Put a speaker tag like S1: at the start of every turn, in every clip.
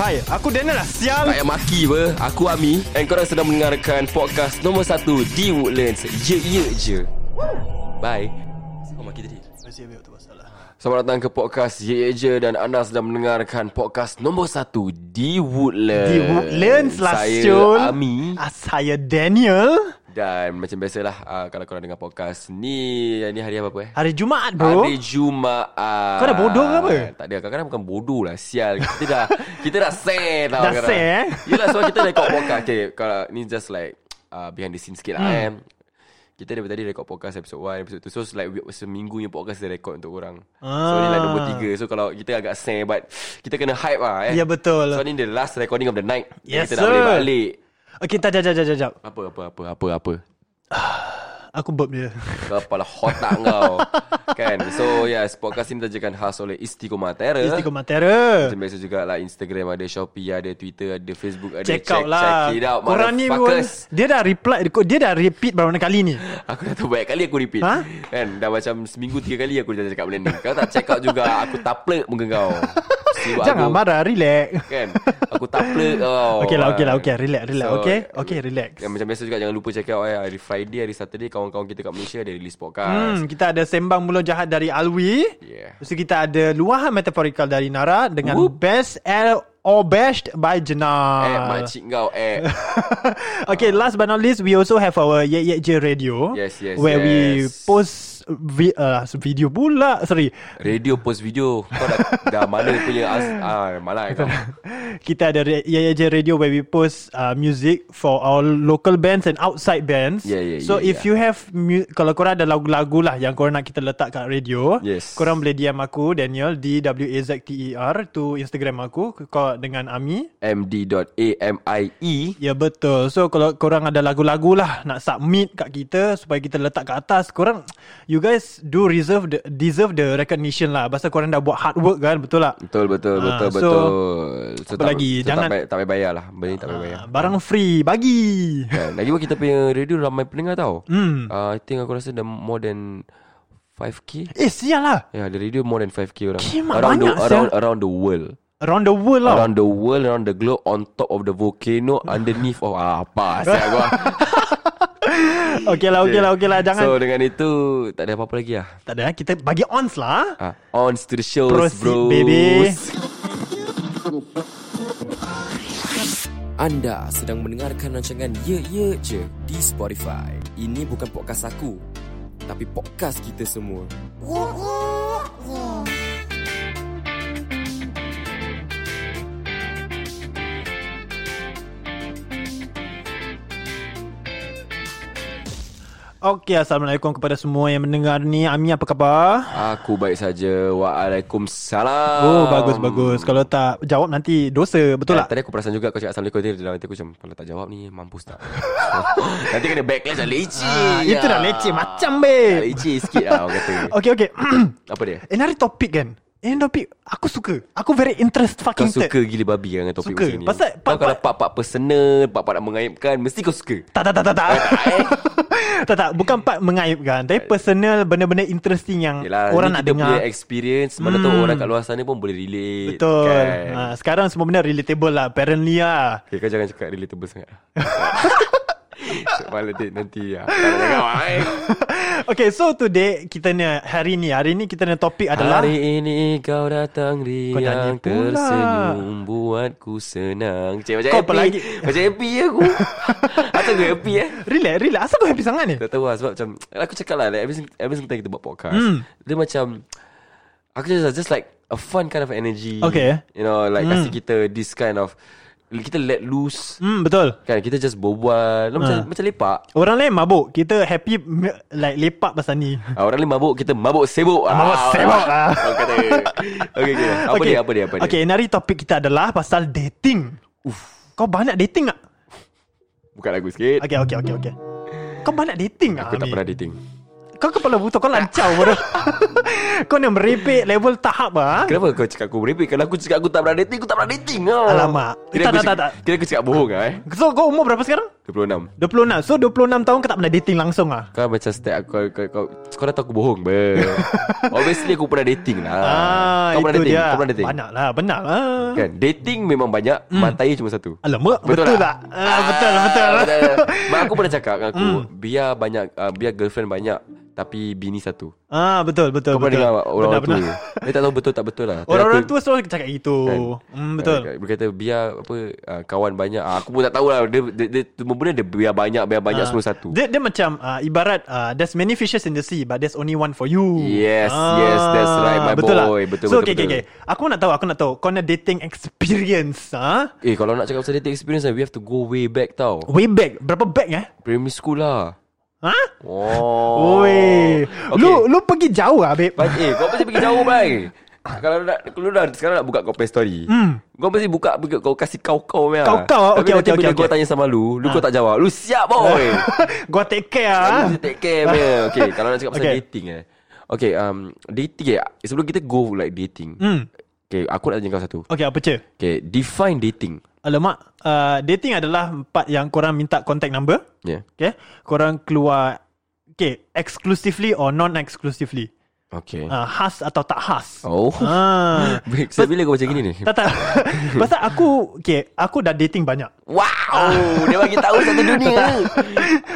S1: Hai, aku Daniel lah Sial
S2: Tak payah maki apa Aku Ami And korang sedang mendengarkan Podcast nombor 1 Di Woodlands Ye ye je Bye Kau maki tadi Selamat datang ke podcast Ye Ye Je Dan anda sedang mendengarkan podcast nombor 1 Di Woodlands
S1: Di Woodlands lah
S2: Saya
S1: Syul
S2: Ami
S1: ah, Saya Daniel
S2: Dan macam biasalah uh, Kalau korang dengar podcast ni Ni hari apa-apa eh?
S1: Hari Jumaat bro
S2: Hari Jumaat
S1: Kau dah bodoh ke apa?
S2: Tak ada Kadang-kadang bukan bodoh lah Sial Kita dah Kita dah share tau
S1: Dah
S2: kadang.
S1: share, eh?
S2: Yelah sebab kita rekod podcast Okay kalau, Ni just like uh, Behind the scene sikit
S1: Hmm.
S2: lah eh kita daripada tadi rekod podcast episode 1, episode 2 So it's like we- seminggu punya podcast dia rekod untuk orang So ni like
S1: Ah.
S2: nombor 3 So kalau kita agak share But kita kena hype lah eh
S1: Ya, betul.
S2: So ni the last recording of the night
S1: Yes,
S2: Kita dah
S1: sir.
S2: boleh balik
S1: Okay, tak, jap, jap, jap, jap, jap
S2: Apa apa apa apa apa
S1: Aku burp dia
S2: Kepala otak kau Kan So yes Podcast ini ditajakan khas oleh Istiqomah Terra
S1: Istiqo Matera
S2: Macam biasa juga lah Instagram ada Shopee ada Twitter ada Facebook ada
S1: Check out lah
S2: Check it out
S1: Korang ni pun
S2: motherfuckers.
S1: Dia dah reply Dia dah repeat berapa kali ni
S2: Aku dah tahu banyak kali aku repeat
S1: Ha?
S2: Kan dah macam seminggu tiga kali aku dah cakap benda ni Kau tak check out juga Aku taplek muka kau Siwak
S1: Jangan
S2: aku,
S1: marah Relax
S2: Kan Aku taplek kau
S1: Okay lah, okay lah,
S2: Ah.
S1: okay. Relax, relax, okay? Okay, relax.
S2: Yang macam biasa juga Jangan lupa check out eh, Hari Friday hari Saturday Kawan-kawan kita kat Malaysia Ada release podcast
S1: Hmm, kita ada sembang mulut jahat dari Alwi.
S2: Yeah.
S1: Lepas tu kita ada luahan metaforikal dari Nara dengan best L or best by Jenar.
S2: Eh makcik kau Eh
S1: okay, last but not least, we also have our Yek Yek Je
S2: Uh.
S1: Radio.
S2: Yes, yes,
S1: Where we
S2: yes.
S1: post vi- uh, video pula. Sorry.
S2: Radio post video Kau dah, dah mana punya az, ah, Malah kau
S1: Kita ada Re- Yek Yek Je Radio where we post uh, music for our local bands and outside bands.
S2: Yeah, yeah,
S1: so
S2: yeah,
S1: if
S2: yeah.
S1: you have, mu- kalau korang ada lagu-lagu lah yang korang nak kita letak kat radio,
S2: Yes.
S1: korang boleh DM aku, Daniel, D-W-A-Z-T-E-R, E to Instagram aku, kau dengan Ami.
S2: MD.AMIE
S1: Ya betul So kalau korang ada lagu-lagu lah Nak submit kat kita Supaya kita letak kat atas Korang You guys do reserve the, Deserve the recognition lah Pasal korang dah buat hard work kan Betul tak
S2: Betul betul
S1: Ah,
S2: betul
S1: so,
S2: betul. So,
S1: apa lagi?
S2: so tak
S1: Jangan-
S2: payah, tak payah bayar lah. Benda ni tak payah bayar.
S1: Ah, Barang free Bagi
S2: Kan? Lagi pun kita punya radio ramai pendengar tau. Hmm. Uh, I think aku rasa dah more than 5k.
S1: Eh sial lah
S2: Ya, yeah, the radio more than 5k orang.
S1: Kimak
S2: around the
S1: banyak, sia.
S2: around, around the world.
S1: Around the world lah
S2: Around the world, around the globe, on top of the volcano, underneath of ah, apa saya gua.
S1: Okay lah okay lah okay lah Jangan
S2: So dengan itu tak ada apa-apa lagi lah.
S1: Tak ada eh. Kita bagi ons lah
S2: Ah, on to the shows,
S1: Proceed,
S2: bros.
S1: baby.
S2: Anda sedang mendengarkan rancangan Ye Ye Je di Spotify. Ini bukan podcast aku, tapi podcast kita semua.
S1: Okay Assalamualaikum kepada semua yang mendengar ni Ami apa khabar
S2: Aku baik saja. Waalaikumsalam.
S1: Oh bagus bagus Kalau tak jawab nanti dosa Betul
S2: Betul lah.
S1: tak
S2: Tadi aku perasan juga kau cakap Assalamualaikum tadi dalam hati aku macam kalau tak jawab ni mampus tak. Nanti kena backlash dah leceh.
S1: Ah, itu dah leceh macam, babe.
S2: Ah, Leceh sikit lah orang kata.
S1: Okay okay
S2: Apa dia?
S1: Another topic kan Another topic Aku suka Aku very interest
S2: Kau
S1: fucking
S2: suka gila babi kan, dengan topik
S1: Suka.
S2: macam ni.
S1: Pasal
S2: kau
S1: part-
S2: kalau part-part personal, part-part nak mengaibkan, mesti kau suka.
S1: Tak tak tak tak tak Tak tak Bukan part mengaibkan Tapi personal Benda-benda interesting Yang
S2: Yelah,
S1: Ah, orang
S2: ni
S1: nak
S2: kita
S1: dengar Hmm.
S2: punya experience Mana tahu orang kat luar sana pun boleh relate
S1: Betul Ah.
S2: kan?
S1: ha, Sekarang semua benda relatable lah Apparently lah
S2: Okay, kau jangan cakap relatable sangat Maledit nanti ya. Tak nak cakap, ay.
S1: Okay so today Kita ni Hari ni Hari ni kita ni topik adalah
S2: Hari ini kau datang
S1: nyanyi
S2: riang
S1: pula.
S2: Tersenyum buatku senang Cik macam
S1: Kau apa
S2: happy
S1: lagi?
S2: Macam happy aku Asal aku happy eh
S1: Relax relax Asal kau happy sangat ni
S2: Tak tahu lah sebab macam Aku cakap lah like, every, single- every single time kita buat podcast
S1: Hmm.
S2: Dia macam Aku just, just like A fun kind of energy
S1: Okay.
S2: You know like Kasi kita this kind of Kita let loose
S1: Hmm betul
S2: Kan kita just berbual Lalu macam,
S1: Hmm.
S2: macam lepak
S1: Orang lain mabuk Kita happy m- Like lepak pasal ni
S2: Ah, Orang lain mabuk Kita mabuk sibuk
S1: Mabuk sibuk lah.
S2: Kau kata Okay, okay. Apa dia apa dia apa dia
S1: Okay nari topik kita adalah Pasal dating Uff. Kau banyak dating tak?
S2: Buka lagu sikit
S1: Okay okay okay okay Kau banyak dating tak
S2: Aku tak
S1: Amir?
S2: pernah dating
S1: Kau kepala buta Kau lancau bodoh Kau ni merepek level tahap ah.
S2: Kenapa kau cakap aku merepek Kalau aku cakap aku tak pernah dating Aku tak pernah dating ah.
S1: Alamak.
S2: Kira
S1: Tak,
S2: aku
S1: tak,
S2: cakap-
S1: tak, tak.
S2: Kira aku cakap bohong lah eh
S1: So kau umur berapa sekarang?
S2: 26
S1: 26 So 26 tahun kau tak pernah dating langsung ah.
S2: Kau macam step aku kau, kau, kau, kau dah tahu aku bohong ber. Obviously aku pernah dating lah Kau pernah
S1: Ah, itu
S2: dating
S1: dia.
S2: Kau pernah dating
S1: Banyak lah Benar lah
S2: Kan Dating memang banyak Matanya cuma satu
S1: Alamak Betul, tak? Ah, betul betul, Hmm.
S2: Mak aku pernah cakap dengan aku Biar banyak uh, Biar girlfriend banyak Tapi bini satu
S1: Ah betul betul
S2: Kau pernah
S1: betul.
S2: dengar orang-orang
S1: Benar,
S2: tua
S1: benar.
S2: Dia tak tahu betul tak betul lah Tapi
S1: Orang-orang
S2: aku- Kan?
S1: tua selalu cakap itu. Hmm, betul.
S2: Dia kata biar apa uh, kawan banyak. Ah, aku pun tak tahulah dia dia, dia cuma benda dia biar banyak biar banyak
S1: Ah.
S2: semua satu.
S1: Dia, dia macam uh, ibarat uh, there's many fishes in the sea but there's only one for you.
S2: Yes, yes, that's right, my
S1: betul
S2: boy.
S1: Lah.
S2: Betul, betul,
S1: so, okay,
S2: betul.
S1: Okay, okay. Aku nak tahu, aku nak tahu. Kau nak dating experience, ha?
S2: Eh kalau nak cakap pasal dating experience lah, we have to go way back tau.
S1: Way back, berapa back eh?
S2: Primary school lah.
S1: Ha?
S2: Oh.
S1: Oh. Oi.
S2: Okay.
S1: Lu lu pergi jauh ah, babe.
S2: But, eh, kau mesti pergi jauh bang. Kalau nak kalau dah sekarang nak buka kau pay story. Hmm. Kau mesti buka buka- kau kasih kau-kau punya. Tapi
S1: Kau-kau, okay,
S2: nanti
S1: okay,
S2: bila
S1: okay,
S2: kau
S1: okay.
S2: tanya sama lu, lu kau tak jawab. Lu siap boy.
S1: Gua take care ah.
S2: Dia take care punya. Okay Kalau nak cakap pasal
S1: Okay.
S2: dating eh Okay um, Dating eh Sebelum kita go like dating
S1: Hmm.
S2: Okay aku nak tanya kau satu
S1: Okay, apa cer?
S2: Okay Define dating
S1: Alamak, uh, dating adalah empat yang korang minta contact number.
S2: Yeah
S1: Okay, korang keluar Okay, exclusively or non-exclusively
S2: Okay
S1: uh, Khas atau tak khas
S2: Oh
S1: Ah,
S2: Baik, Sebab bila kau macam gini ni
S1: Tak tak Pasal aku Okay Aku dah dating banyak
S2: Wow Dia bagi tahu satu dunia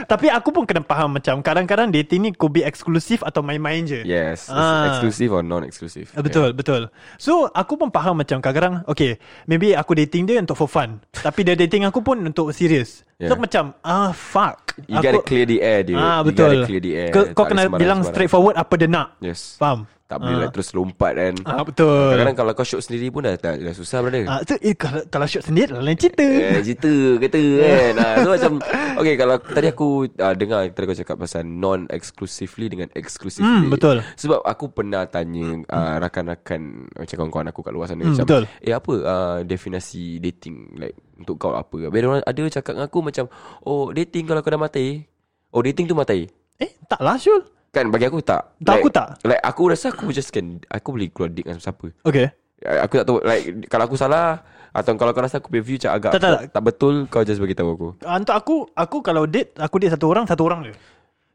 S1: Tapi aku pun kena faham Macam kadang-kadang dating ni Could be eksklusif Atau main-main je
S2: Yes
S1: Ah.
S2: Exclusive or non-exclusive
S1: Ah, Betul betul So aku pun faham macam Kadang-kadang Okay Maybe aku dating dia Untuk for fun Tapi dia dating aku pun Untuk serius
S2: Yeah.
S1: So macam Ah fuck
S2: You gotta clear the air dude
S1: Ah
S2: You
S1: betul
S2: gotta clear the air
S1: Kau- Kau
S2: Tak boleh
S1: kena bilang
S2: sembarang-sembarang.
S1: straightforward Apa dia nak
S2: Yes
S1: Faham
S2: Tak boleh like terus lompat kan
S1: Ah betul
S2: Kadang-kadang kalau kau shoot sendiri pun dah, dah, dah susah brother
S1: Ah, tu, eh, kalau, kalau shoot sendiri dah lain cerita.
S2: Eh, cerita kata kan ah, So macam Okay kalau tadi aku ah, Dengar tadi kau cakap pasal Non-exclusively dengan exclusively
S1: Hmm, betul.
S2: Sebab aku pernah tanya ah, Rakan-rakan Macam kawan-kawan aku kat luar sana
S1: Hmm,
S2: Macam
S1: betul.
S2: Eh apa ah, definasi dating Like untuk kau apa Bila orang ada cakap dengan aku macam Oh dating kalau kau dah matai Oh dating tu matai
S1: Eh, tak lah Syul.
S2: Kan bagi aku tak like,
S1: Tak, aku tak.
S2: Like aku rasa aku just can Aku boleh keluar date dengan siapa
S1: Okay.
S2: Eh, Aku tak tahu Like kalau aku salah Atau kalau kau rasa aku punya view macam agak
S1: Tak, tak, tak.
S2: tak betul Kau just bagi tahu aku
S1: Ah, Untuk aku, aku kalau date, aku date satu orang, satu orang je.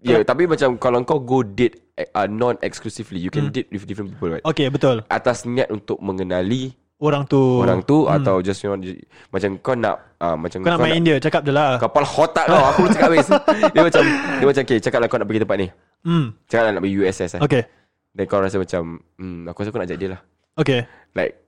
S2: Ya, yeah, tapi macam kalau kau go date uh, non-exclusively, you can date with different people, right?
S1: Hmm. Okay, betul.
S2: Atas niat untuk mengenali
S1: Orang tu.
S2: orang tu atau just you know, j- macam kau nak uh, macam
S1: Hmm. Kau nak main dia, cakap je lah.
S2: Kepala otak kau Aku boleh cakap habis Dia macam Dia macam okay Cakap lah kau nak pergi tempat ni
S1: Hmm.
S2: Cakap lah nak pergi USS eh.
S1: Okay.
S2: Then kau rasa macam hmm, Aku rasa aku nak ajak dia lah
S1: Okay.
S2: Like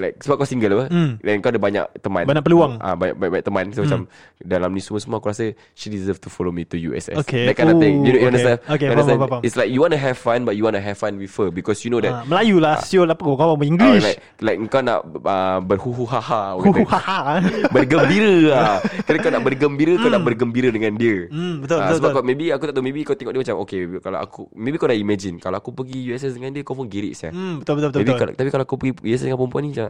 S2: Like sebab kau single apa
S1: Hmm.
S2: Then kau ada banyak teman
S1: Banyak peluang. Hmm.
S2: ah, banyak, banyak, banyak teman So macam Dalam ni semua-semua Aku rasa She deserve to follow me to USS
S1: Okay.
S2: That kind of thing You, know, you
S1: Ooh, okay.
S2: understand You
S1: Okay, faham,
S2: understand?
S1: faham, faham.
S2: It's like you want to have fun But you want to have fun with her Because you know that
S1: Ah, Melayu lah, Syul apa kau kau orang
S2: ah,
S1: English.
S2: like, like kau nak uh, Berhuhuhaha
S1: Huhuhaha.
S2: Bergembira lah Kira kau nak bergembira Kau nak bergembira dengan dia
S1: Hmm, betul,
S2: Ah,
S1: betul,
S2: Sebab
S1: betul.
S2: kau maybe Aku tak tahu Maybe kau tengok dia macam Okay kalau aku Maybe kau dah imagine Kalau aku pergi USS dengan dia Kau pun girik saya
S1: Hmm, betul betul betul.
S2: Maybe
S1: betul.
S2: kalau, tapi kalau aku pergi USS dengan perempuan ni Macam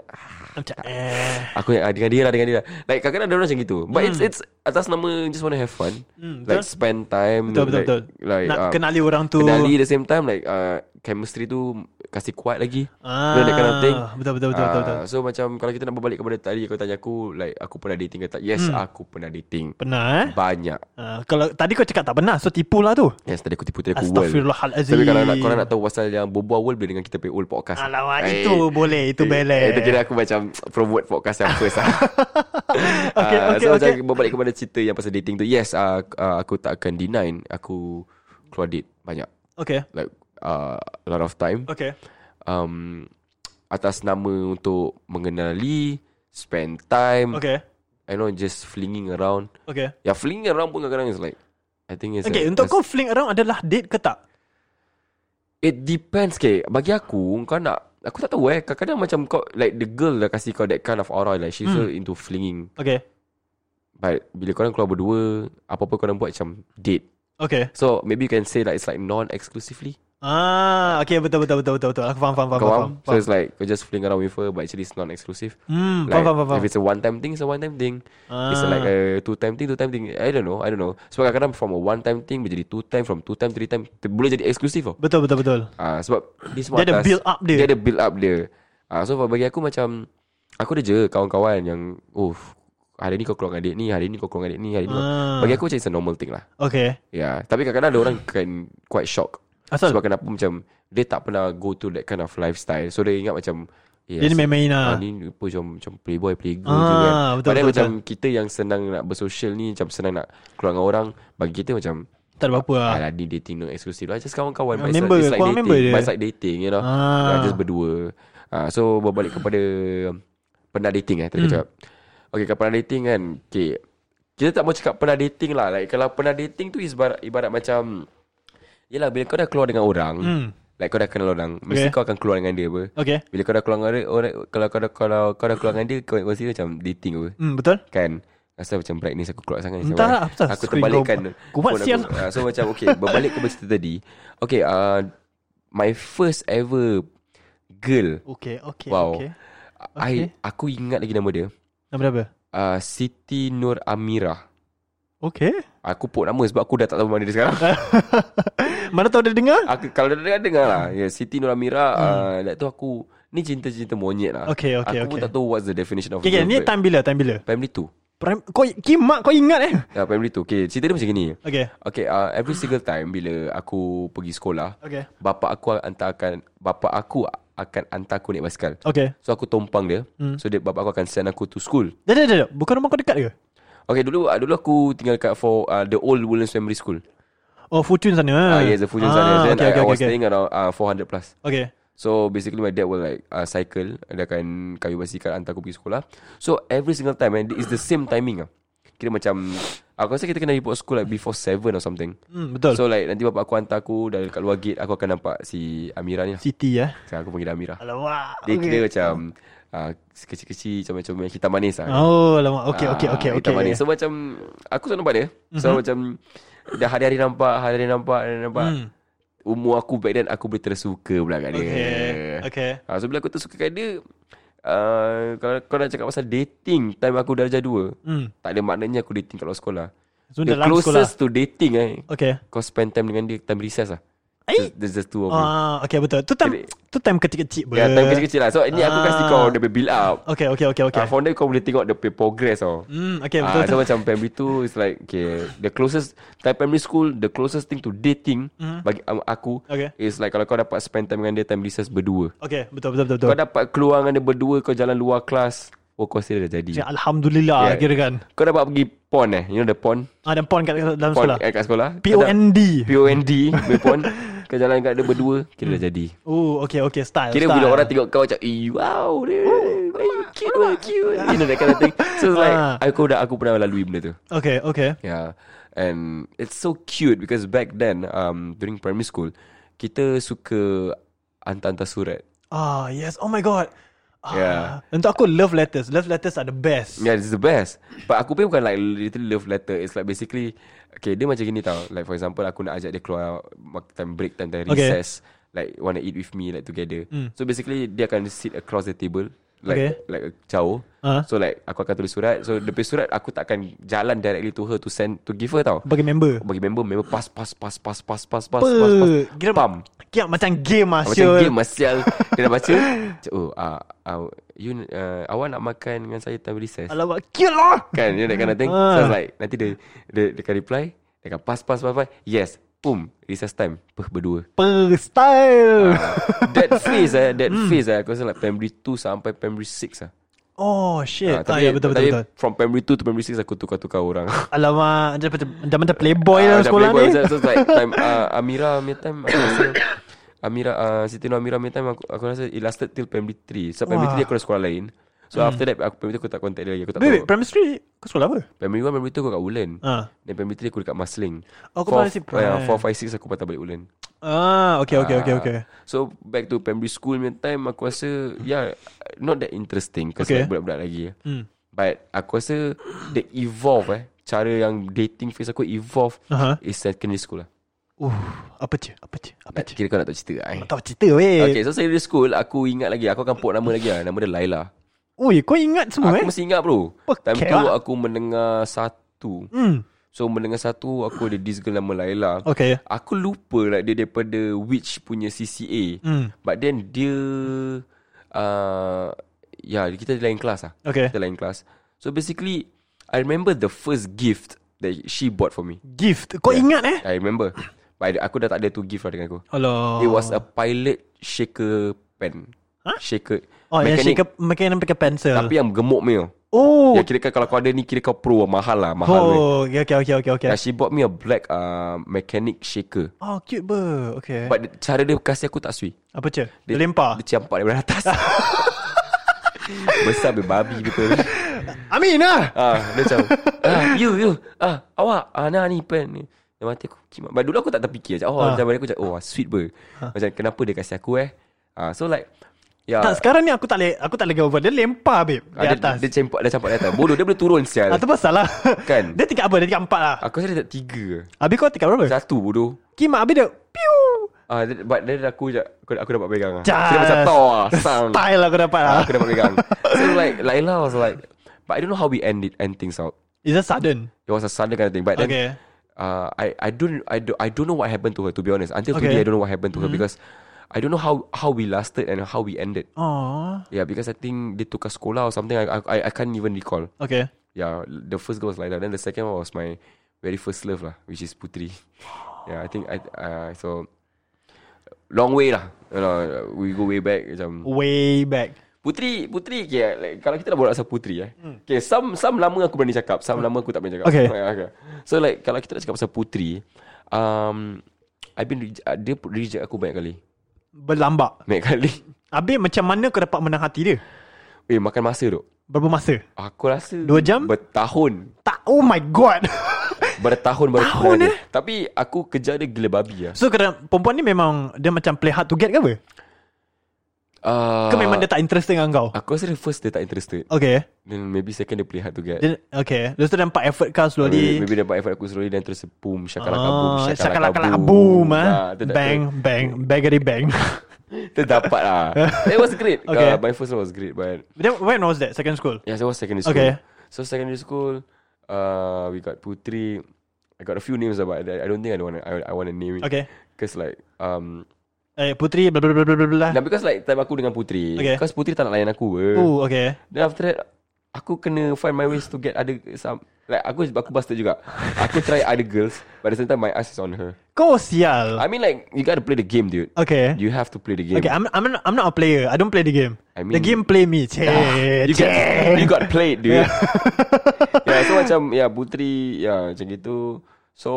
S1: Macam, eh.
S2: Aku ah, dengan dia lah Dengan dia lah Like kadang-kadang ada orang macam gitu But it's it's Atas nama Just want to have fun
S1: Hmm, betul.
S2: Like spend time
S1: Betul betul
S2: like,
S1: betul.
S2: like,
S1: Nak
S2: ah,
S1: kenali orang tu.
S2: Kenali at the same time Like uh, chemistry tu kasih kuat lagi. You
S1: Ah,
S2: know, that kind of thing.
S1: betul, betul, betul, betul,
S2: Ah,
S1: betul.
S2: So macam kalau kita nak berbalik kepada tadi kau tanya aku like aku pernah dating ke tak? Yes, aku pernah dating.
S1: Pernah Hmm. eh
S2: Banyak.
S1: uh, Kalau tadi kau cakap tak pernah So tipu lah tu
S2: Yes, tadi aku tipu tadi aku
S1: Astaghfirullahalazim.
S2: Tapi kalau nak, korang nak tahu pasal yang berbual world boleh dengan kita punya world podcast.
S1: Alamak, itu boleh, itu balance.
S2: Itu Eh, kira aku macam promote podcast yang first lah.
S1: Okay,
S2: Ah,
S1: okay,
S2: so
S1: okay.
S2: macam berbalik kepada cerita yang pasal dating tu. Yes, ah, ah, aku tak akan deny aku keluar date banyak.
S1: Okay
S2: Like ah, a lot of time.
S1: Okay
S2: um, atas nama untuk mengenali, spend time,
S1: Okay
S2: I know just flinging around.
S1: Okay
S2: Ya, yeah, flinging around pun kadang-kadang is like, I think it's
S1: Okay
S2: a,
S1: untuk
S2: it's-
S1: kau fling around adalah date ke tak?
S2: It depends ke. Bagi aku, kau nak, aku tak tahu eh. Kadang-kadang macam kau, like the girl dah kasih kau that kind of aura. Like she's
S1: Hmm.
S2: so into flinging.
S1: Okay
S2: But bila korang keluar berdua, apa-apa korang buat macam date.
S1: Okay
S2: So maybe you can say like it's like non-exclusively.
S1: Ah, okay betul betul betul betul betul. Aku faham faham faham.
S2: Kau
S1: faham,
S2: faham? So it's like, kau just fling around with her but actually it's non-exclusive.
S1: Hmm,
S2: Like,
S1: faham faham faham. faham. Ah,
S2: If it's a one time thing, it's a one time thing. It's like a two time thing, two time thing. I don't know, I don't know. Sebab kadang-kadang from a one time thing menjadi two time, from two time, three time, t- boleh jadi eksklusif tau.
S1: Betul betul betul.
S2: Ah sebab ni semua
S1: Dia ada
S2: atas-
S1: build up dia.
S2: Dia ada build up dia. Ah so bagi aku macam aku ada je kawan-kawan yang oh hari ni kau keluar dengan adik ni, hari ni kau keluar dengan adik ni, hari ni. kau-"
S1: Ah.
S2: Bagi aku macam it's a normal thing lah.
S1: Okay.
S2: Ya, yeah. tapi kadang-kadang ada orang kan quite shock.
S1: Hmm. Asal?
S2: Sebab kenapa macam dia tak pernah go to that kind of lifestyle. So dia ingat macam yes,
S1: Dia ni main-main
S2: Ah,
S1: lah.
S2: ni pun macam, macam playboy, playgirl
S1: Ah,
S2: je kan.
S1: betul,
S2: Padahal
S1: betul,
S2: macam kita yang senang nak bersosial ni, macam senang nak keluar dengan orang, bagi kita macam
S1: Tak ada apa-apa lah.
S2: Alah ni dating no exclusive lah Just kawan-kawan
S1: Ah,
S2: it's
S1: member,
S2: like, it's like
S1: korang
S2: dating
S1: member je?
S2: It's like dating you know
S1: Ah.
S2: ah. Just berdua ah, So berbalik kepada Pernah dating eh Tadi aku cakap Okay kalau pernah dating kan Okay Kita tak mau cakap pernah dating lah Like kalau pernah dating tu ibarat, ibarat macam Yelah bila kau dah keluar dengan orang
S1: Hmm.
S2: Like kau dah kenal orang Mesti
S1: Okay.
S2: kau akan keluar dengan dia apa
S1: Okay.
S2: Bila kau dah keluar dengan orang, orang Kalau kau dah, kalau, kau dah keluar dengan dia Kau consider macam dating apa
S1: Hmm, betul.
S2: Kan Rasa macam brightness aku keluar sangat
S1: Entah lah, apa tak
S2: Aku
S1: screen
S2: terbalikkan
S1: kau- kuat
S2: phone
S1: sial.
S2: aku. Ah, So macam okay Berbalik ke cerita tadi Okay uh, My first ever Girl
S1: Okay, okay,
S2: Wow
S1: okay. Okay.
S2: I Aku ingat lagi nama dia
S1: Nama dia apa?
S2: uh, Siti Nur Amira
S1: Okay.
S2: Aku put nama sebab aku dah tak tahu mana dia sekarang
S1: Mana tahu dia dengar?
S2: aku, Kalau dia dengar, dengar lah yeah, Siti Nur Amira hmm. uh, Like tu aku Ni cinta-cinta monyet lah
S1: Okay, okay,
S2: Aku pun tak
S1: okay.
S2: tahu what's the definition of
S1: Okay, okay,
S2: girl,
S1: ni
S2: but
S1: time bila? Time bila?
S2: Primary 2
S1: Prime, kau, Kim, mak kau ingat eh?
S2: Ya, primary 2 Okay, cerita dia macam gini
S1: Okay.
S2: Okay, uh, every single time bila aku pergi sekolah,
S1: Okay.
S2: bapa aku hantar akan bapa aku akan hantar aku naik basikal.
S1: Okay. Hmm.
S2: So aku tumpang dia. So dia bapa aku akan send aku to school.
S1: Dah, dah, dah, dah. Bukan rumah kau dekat ke?
S2: Okay, dulu ah, dulu aku tinggal kat for uh, the old Woodlands Primary School.
S1: Oh, Fortune sana.
S2: Ah, yes, the Fujian sana. Then I,
S1: okay, okay,
S2: I was
S1: okay.
S2: staying around uh, 400 plus.
S1: Okay.
S2: So basically my dad will like uh, cycle Dia akan kayu basikal Hantar aku pergi sekolah So every single time And it's the same timing ah. Kira macam Aku rasa kita kena report school Like before 7 or something
S1: Hmm, betul.
S2: So like nanti bapak aku hantar aku Dari dekat luar gate Aku akan nampak si Amira ni lah
S1: City eh.
S2: Sekarang aku panggil dia Amira
S1: Alamak.
S2: Dia kira macam uh, Kecil-kecil Macam-macam yang hitam manis lah
S1: Oh, alamak. Okay,
S2: Ah,
S1: okay, okay, okay. Mhm.
S2: Hitam manis So macam Aku tak nampak dia So macam Dah hari-hari nampak Hari-hari nampak Hari-hari nampak
S1: Hmm.
S2: Umur aku back then Aku boleh tersuka pula kat dia
S1: Okay. Okay.
S2: ha, So bila aku tersuka kat dia uh, Kalau kau nak cakap pasal dating Time aku darjah 2
S1: Hmm.
S2: Tak ada maknanya aku dating kat luar sekolah
S1: So,
S2: The
S1: dalam
S2: closest to dating eh
S1: sekolah. Okay.
S2: Kau spend time dengan dia Time recess lah
S1: Eh?
S2: There's- There's just two of you
S1: Ah, okay betul. Tu time
S2: Jadi-
S1: tu time kecil-kecil
S2: Ya
S1: ber.
S2: time kecil-kecil lah So ini aku kasih
S1: Ah.
S2: kau Dia punya build up
S1: Okay, okay, okay, okay.
S2: Okay. Uh, from there kau boleh tengok the progress tau.
S1: Hmm, okay betul.
S2: Ah, so
S1: betul.
S2: macam primary two is like okay, the closest time primary school the closest thing to dating bagi um, aku
S1: Hmm. Okay.
S2: is like kalau kau dapat spend time dengan dia time recess berdua.
S1: Okay, betul betul betul. betul.
S2: Kau dapat keluar dengan dia berdua kau jalan luar kelas. Oh kau rasa dia dah jadi.
S1: Macam Alhamdulillah yeah.
S2: Yeah.
S1: kira kan.
S2: Kau dapat pergi pon eh, you know the pon.
S1: Ah, dan pon kat kat dalam
S2: Pon
S1: sekolah.
S2: eh, kat sekolah. Kau dah-
S1: POND.
S2: POND, pergi pon. Kau jalan kat dia berdua, kira dah jadi.
S1: Oh, okay okay style.
S2: Kira
S1: style.
S2: bila orang tengok kau macam Eh wow dia eh, Cute weh, cute You know that kind of thing So it's like
S1: Oh, Ah.
S2: Aku dah aku pernah lalui benda tu
S1: Okay, okay.
S2: Yeah Ya, And It's so cute Because back then um, During primary school Kita suka Hantar-hantar surat
S1: Ah, yes. Oh my god. Ah,
S2: Yeah.
S1: Untuk aku love letters. Love letters are the best.
S2: Yeah, it's Ya, the best. But aku pun bukan like literally love letter. It's like basically, okay, dia macam gini tau. Like for example, aku nak ajak dia keluar mak- time break, time, time
S1: Okay. Hmm.
S2: recess. Like wanna eat with me, like together. So basically, dia akan sit across the table. Like
S1: Okay.
S2: like jauh
S1: Ah.
S2: So like Aku akan tulis surat So depan surat Aku takkan jalan directly to her To send To give her tau
S1: Bagi member
S2: Bagi member Member pas pas pas pas pas pas pas
S1: Apa?
S2: pas pas
S1: Kira
S2: Pam
S1: Kira macam game lah
S2: Macam
S1: Syul.
S2: game Masial Dia dah baca Macam, Oh uh, uh, you, uh, Awak nak makan dengan saya Time recess
S1: Alamak Cute lah
S2: Kan you know that kind of thing So
S1: Ah.
S2: I was like Nanti dia Dia, dia akan reply Dia akan pass pass pass pass Yes Boom Recess time Puh berdua
S1: Per style
S2: That phase eh That phase eh Aku rasa like primary 2 Sampai primary 6 lah
S1: Oh shit
S2: Ah,
S1: ah, ya, Betul betul
S2: tapi
S1: betul
S2: From primary 2 to primary 6 Aku tukar-tukar orang
S1: Alamak Dia macam, dia macam
S2: Ah,
S1: playboy dalam
S2: macam
S1: sekolah
S2: playboy
S1: ni
S2: macam- So it's like time uh, Amira punya time Aku rasa Amira uh, Siti Nur Amira punya time aku, aku rasa it lasted till primary 3 So primary
S1: Wah.
S2: 3
S1: Hmm.
S2: aku dah sekolah lain So after that aku primary 2 aku tak contact dia lagi Aku tak
S1: Wait wait
S2: tahu
S1: Primary three Kau sekolah apa?
S2: Primary 1 primary 2 aku kat Ulen
S1: Ah.
S2: Then primary 3 aku dekat Masling
S1: Oh, kau
S2: Four-
S1: balik Sipra,
S2: ah,
S1: eh.
S2: 4, 5, 6 aku patah balik Ulen
S1: Ah Okay okay okay okay
S2: Ah, So back to primary school punya time Aku rasa Yeah Not that interesting Kasi
S1: Okay.
S2: okay. like, budak-budak lagi ya.
S1: Hmm.
S2: But aku rasa They evolve eh Cara yang dating phase aku evolve
S1: Aha.
S2: Is secondary school lah
S1: Uh, apa je? Apa je? Apa
S2: Nak
S1: je?
S2: kira kau nak tahu cerita eh?
S1: Tak tahu cerita weh.
S2: Okay so secondary school Aku ingat lagi Aku akan put nama lagi lah Nama dia Laila
S1: Ui, kau ingat semua
S2: Aku
S1: eh?
S2: masih ingat bro
S1: Pekak
S2: Time tu
S1: lah.
S2: aku mendengar satu
S1: Hmm.
S2: So mendengar satu Aku ada this girl nama Laila
S1: Okay.
S2: Aku lupa like dia daripada Which punya CCA
S1: Hmm.
S2: But then dia uh, Ya yeah, kita lain kelas lah
S1: Okay.
S2: Kita lain kelas So basically I remember the first gift That she bought for me
S1: Gift. Kau
S2: Yeah.
S1: ingat eh?
S2: I remember But I- aku dah tak ada tu gift lah dengan aku
S1: Hello.
S2: It was a pilot shaker pen.
S1: Oh. Huh?
S2: Shaker.
S1: Oh, yang
S2: mechanic,
S1: shaker, mekanik pakai pencil.
S2: Tapi yang gemuk punya.
S1: oh.
S2: Ya, kira kan kalau kau ada ni, kira kau pro. Mahal lah. Mahal. Oh.
S1: oh, okay, okay, okay, okay, okay.
S2: Yeah, she bought me a black uh, mechanic shaker.
S1: Oh, cute ber. Okay.
S2: But the- cara dia kasih aku tak sui.
S1: apa je? Dia lempar.
S2: Dia campak daripada atas. Besar habis babi gitu.
S1: Amin lah.
S2: ah, dia macam, ah, you, you. Ah, awak, ah, nah ni pen ni. Dalam hati aku kimak. But dulu aku tak terfikir. Macam, oh,
S1: Ah.
S2: dalam badan aku macam, oh, sweet ber. Macam, kenapa dia kasih aku eh? Ah, so like, ya. yeah.
S1: Tak, sekarang ni aku tak boleh, aku tak boleh over. Dia lempar, babe. Di
S2: Ah,
S1: atas.
S2: Dia, dia campak Dia campak di atas Bodoh dia boleh turun sial
S1: Ah, tu pasal lah.
S2: Kan. Ah.
S1: Dia tingkat apa? Dia tingkat empat lah.
S2: Aku rasa dia tak tiga
S1: Habis kau tingkat berapa?
S2: Satu bodoh
S1: Kimak, habis dia, piu.
S2: Ah, dia, but dia aku je aku, aku dapat pegang lah.
S1: Jas.
S2: Dia macam tau lah sang.
S1: Style aku dapat lah.
S2: Ah, aku dapat pegang So like Laila was like But I don't know how we end it End things out
S1: It's just sudden.
S2: It was a sudden kind of thing But then
S1: Okay.
S2: uh, I I don't I don't I don't know what happened to her to be honest. Until
S1: Okay. Mm-hmm.
S2: today I don't know what happened to her because I don't know how how we lasted and how we ended.
S1: Oh.
S2: Yeah, because I think dia tukar sekolah or something. I I I can't even recall.
S1: Okay.
S2: Yeah, the first girl was Laila. Then the second one was my very first love lah, which is Putri. Yeah, I think I uh, so long way lah. You know, we go way back macam
S1: Way back.
S2: Putri Putri okay, like, kalau kita nak borak pasal Putri eh. Okay, some some lama aku berani cakap, some lama aku tak berani cakap.
S1: Hmm. Okay.
S2: Yeah, okay. So like kalau kita nak cakap pasal Putri, um I've been reje- uh, dia reject aku banyak kali.
S1: Berlambak.
S2: Banyak kali.
S1: Habis macam mana kau dapat menang hati dia?
S2: Eh makan masa tu.
S1: Berapa masa?
S2: Aku rasa
S1: Dua jam?
S2: Bertahun
S1: Tak, oh my god.
S2: Bertahun baru
S1: Tahun,
S2: kenal dia.
S1: eh?
S2: Tapi aku kejar dia gila babi lah
S1: so kena perempuan ni memang dia macam play hard to get ke apa?
S2: Uh,
S1: Ke memang dia tak interested dengan kau?
S2: Aku rasa dia first dia tak interested
S1: Okay.
S2: Then maybe second dia play hard to get
S1: Dia, okay. Lepas tu dia nampak effort kau
S2: Maybe,
S1: slowly.
S2: maybe dapat effort aku slowly Dan terus boom Shakalaka boom
S1: Ah,
S2: Shakalaka
S1: shakalaka
S2: boom
S1: boom ah.
S2: tu dah-
S1: Bang, bang, baggedy bang.
S2: tu- Tu dapat lah It was great okay.
S1: Okay.
S2: uh, My first one was great But
S1: Then when was that? Second school?
S2: Yeah that was secondary school
S1: Okay.
S2: So secondary school uh, We got Putri I got a few names lah, But I I don't think I don't want I, I want to name it
S1: Okay.
S2: Cause like um,
S1: Eh, Putri bla bla bla bla bla bla.
S2: Nah because like Time aku dengan Putri
S1: Okay.
S2: Cause Putri tak nak layan aku eh.
S1: Oh, okay.
S2: Then after that Aku kena find my ways to get other some Like aku aku bastard juga Aku try other girls But at the same time my eyes is on her
S1: Kau sial.
S2: I mean like You gotta play the game dude
S1: Okay.
S2: You have to play the game
S1: Okay, I'm I'm not, I'm not a player. I don't play the game.
S2: I mean-
S1: the game play me. Cek.
S2: You
S1: cek.
S2: got You got played dude yeah. So macam Ya yeah, Putri Ya yeah, macam gitu So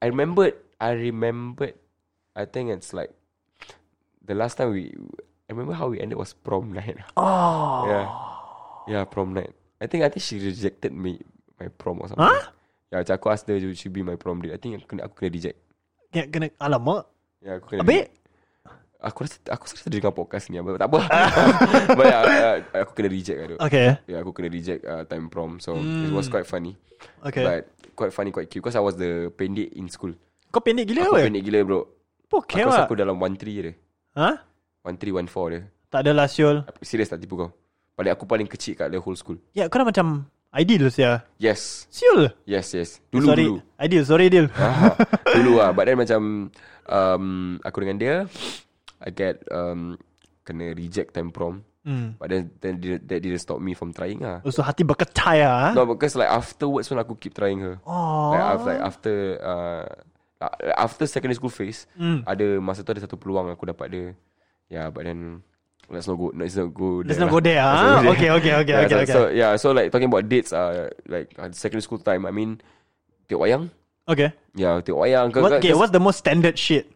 S2: I remembered I remembered I think it's like The last time we I remember how we ended was prom night
S1: Oh.
S2: Yeah. Yeah, prom night. I think I think she rejected me my prom or something.
S1: Huh?
S2: Yeah, macam aku asked her you should be my prom date. I think aku kena, aku kena reject.
S1: Kena, kena alamak.
S2: Yeah, aku kena.
S1: Habis
S2: reject. Aku rasa aku rasa dia dengar podcast ni apa. Tak apa. But yeah, uh, aku kena reject lah tu.
S1: Okay.
S2: Yeah, aku kena reject uh, time prom. So it
S1: Hmm.
S2: was quite funny.
S1: Okay.
S2: But quite funny, quite cute. Because I was the pendek in school.
S1: Kau pendek gila
S2: Aku
S1: apa?
S2: pendek gila bro.
S1: Pokok
S2: aku rasa
S1: lah.
S2: aku dalam 1-3 je.
S1: Ha?
S2: 1-3, 1-4 je.
S1: Tak adalah Syul
S2: Serius tak tipu kau Balik aku paling kecil kat the whole school
S1: Ya kau dah macam Ideal sia
S2: Yes
S1: Syul
S2: Yes yes Dulu
S1: Sorry
S2: dulu
S1: Ideal sorry Ideal
S2: Ah, Dulu lah But then macam um, Aku dengan dia I get um, Kena reject time prom
S1: hmm.
S2: But then, then didn't- that didn't stop me from trying lah
S1: So hati berketai lah
S2: No because like afterwards When aku keep trying her
S1: Oh.
S2: Like, af- like after uh, a- After secondary school phase
S1: Mm.
S2: Ada Masa tu ada satu peluang Aku dapat dia Yeah but then Let's not go Let's not go
S1: Let's
S2: there
S1: not go
S2: lah.
S1: there
S2: Let's not
S1: ah.
S2: go there.
S1: Okay okay okay
S2: yeah,
S1: okay,
S2: so,
S1: okay.
S2: so yeah so like Talking about dates uh, Like uh, secondary school time I mean Tengok wayang
S1: okay.
S2: Yeah tengok wayang ke,
S1: What,
S2: ke-
S1: okay, what's the most standard shit?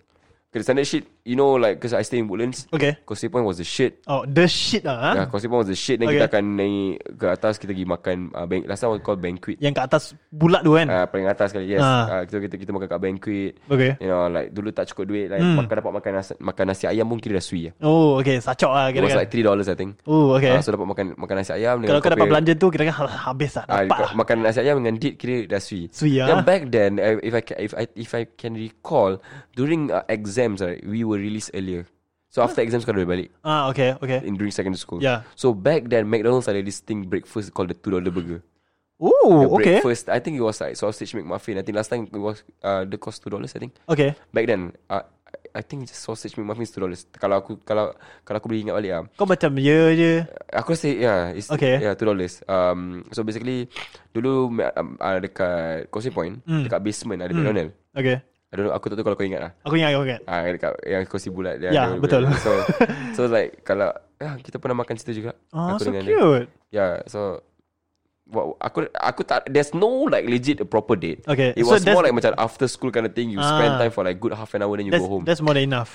S2: Cause the standard shit, you know, like, cause I stay in Woodlands.
S1: Okay.
S2: Causeway Point was the shit.
S1: Oh, the shit ah. ha?
S2: Yeah, Causeway Point was the shit. Then
S1: Okay.
S2: kita akan naik ke atas, kita pergi makan. Uh, bank, last time was called banquet.
S1: Yang kat atas bulat tu kan.
S2: Uh, paling atas kali, yes. Uh.
S1: Ah.
S2: kita, kita, kita makan kat banquet.
S1: Okay.
S2: You know, like, dulu tak cukup duit. Like,
S1: Hmm.
S2: makan dapat makan nasi, makan nasi ayam pun kira dah sui. Ya.
S1: Oh, okay, sacok lah
S2: It
S1: kira
S2: was
S1: kan.
S2: like $3, I think.
S1: Oh, okay.
S2: Ah, so dapat makan makan nasi ayam dengan
S1: Kalau kau dapat
S2: kopi-
S1: belanja tu kira kan ha- habis lah,
S2: Ah, kau-
S1: dapat lah.
S2: makan nasi ayam dengan date kira dah sui.
S1: Sui, ah.
S2: Then back then, I- if I ca- if I if I can recall, during uh, exams, right, we were released earlier. So after exams kau dah boleh balik.
S1: Ah, okay, okay.
S2: in during secondary school.
S1: Yeah.
S2: So back then, McDonald's had this thing breakfast called the two dollar burger. The
S1: Oh, okay.
S2: Breakfast. I think it was like sausage McMuffin. I think last time it was uh, the cost two dollars. I think
S1: Okay.
S2: back then. Uh, I think just sausage McMuffin is two dollars. Kalau aku kalau kalau aku boleh ingat balik ah.
S1: Kau macam ya je.
S2: Aku rasa yeah, it's,
S1: Okay.
S2: yeah two dollars. Um, so basically dulu um, uh, dekat Causeway Point,
S1: Hmm.
S2: dekat basement ada McDonald's.
S1: Okay.
S2: I don't know, aku tak tahu kalau kau ingat lah.
S1: Aku ingat, aku ingat.
S2: Ah, dekat yang kursi bulat dia.
S1: Ya,
S2: ada-
S1: betul.
S2: So, so like kalau ah, kita pernah makan situ juga.
S1: Oh, so
S2: dengan dia.
S1: cute.
S2: Yeah, so what, aku aku tak there's no like legit a proper date.
S1: Okay,
S2: It
S1: so
S2: was more
S1: that's-
S2: like macam after school kind of thing. You
S1: Ah.
S2: spend time for like good half an hour then you
S1: That's,
S2: go home. That's,
S1: that's more than enough.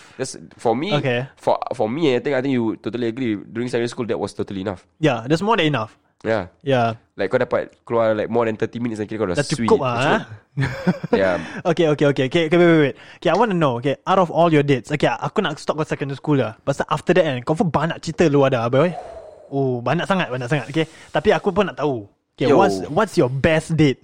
S2: for me.
S1: Okay.
S2: For for me, I think I think you totally agree. During secondary school, that was totally enough.
S1: Yeah, that's more than enough.
S2: Yeah.
S1: Yeah.
S2: Like kau dapat keluar like more than 30 minutes dan kira kau dah,
S1: Dah
S2: sweet.
S1: cukup lah. ah.
S2: Yeah.
S1: Okay, okay, okay, okay, okay, wait, wait, wait. Okay, I want to know. Okay, out of all your dates, okay, aku nak stop kau secondary school lah. Pasal after that kan, confirm banyak cerita lu ada, boy. Oh, banyak sangat, banyak sangat. Okay, tapi aku pun nak tahu. Okay,
S2: Yo.
S1: what's what's your best date?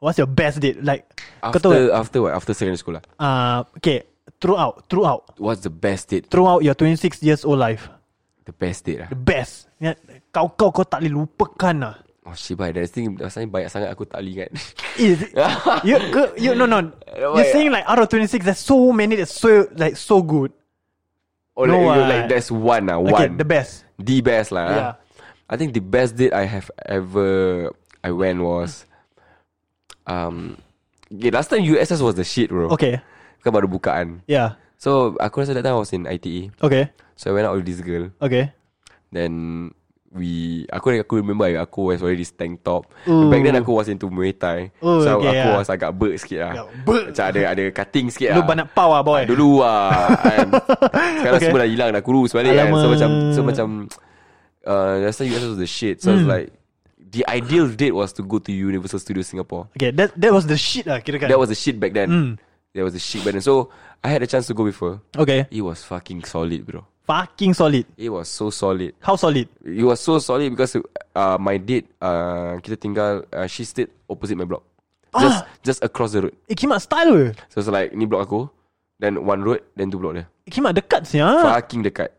S1: What's your best date? Like, kau tahu, eh?
S2: After after what? After secondary school lah.
S1: uh, okay, throughout, throughout,
S2: What's the best date?
S1: throughout your 26 years old life,
S2: The best date lah.
S1: the best. Ya, Kau kau kau tak boleh lupakan lah.
S2: Oh shit, bye. That thing rasanya banyak sangat aku tak boleh ingat.
S1: Is it, you ke- you no no. You're
S2: Wait.
S1: saying like out of 26, there's so many that's so like so good.
S2: Or
S1: No,
S2: Oh, like, you know,
S1: uh,
S2: like that's one lah,
S1: Okay,
S2: one. Uh,
S1: the best.
S2: The best lah.
S1: Yeah.
S2: I think the best date I have ever I went was um okay, last time USS was the shit bro.
S1: Okay,
S2: Kan baru bukaan.
S1: yeah.
S2: So aku rasa that time I E. was in ITE.
S1: Okay.
S2: So I went out with this girl.
S1: Okay.
S2: Then we aku aku remember I- aku was already this tank top.
S1: Ooh.
S2: Back then aku was into Muay Thai.
S1: Ooh,
S2: so
S1: Mm. Oh, okay,
S2: aku
S1: yeah.
S2: was agak berk sikit lah.
S1: Yeah, berk.
S2: Macam ada ada cutting sikit
S1: Lu
S2: lah.
S1: banyak pau lah boy.
S2: Dulu lah kan. Sekarang
S1: Okay.
S2: okay. semua dah hilang Dah kurus balik kan So
S1: Alamak. Hmm.
S2: macam So macam uh, That's why USS was the shit So mm. it's like The ideal date was to go to Universal Studios Singapore
S1: Okay, that that was the shit lah kira kan.
S2: That was the shit back then
S1: Hmm.
S2: That was the shit back then So I had a chance to go with her
S1: okay.
S2: It was fucking solid bro
S1: Fucking solid.
S2: It was so solid
S1: How solid?
S2: It was so solid because uh, My date uh, Kita tinggal uh, She stayed opposite my block Just just across the road
S1: Eh kimak style ke?
S2: So it's like Ni block aku Then one road Then two block dia
S1: Eh kimak dekat siya.
S2: fucking dekat.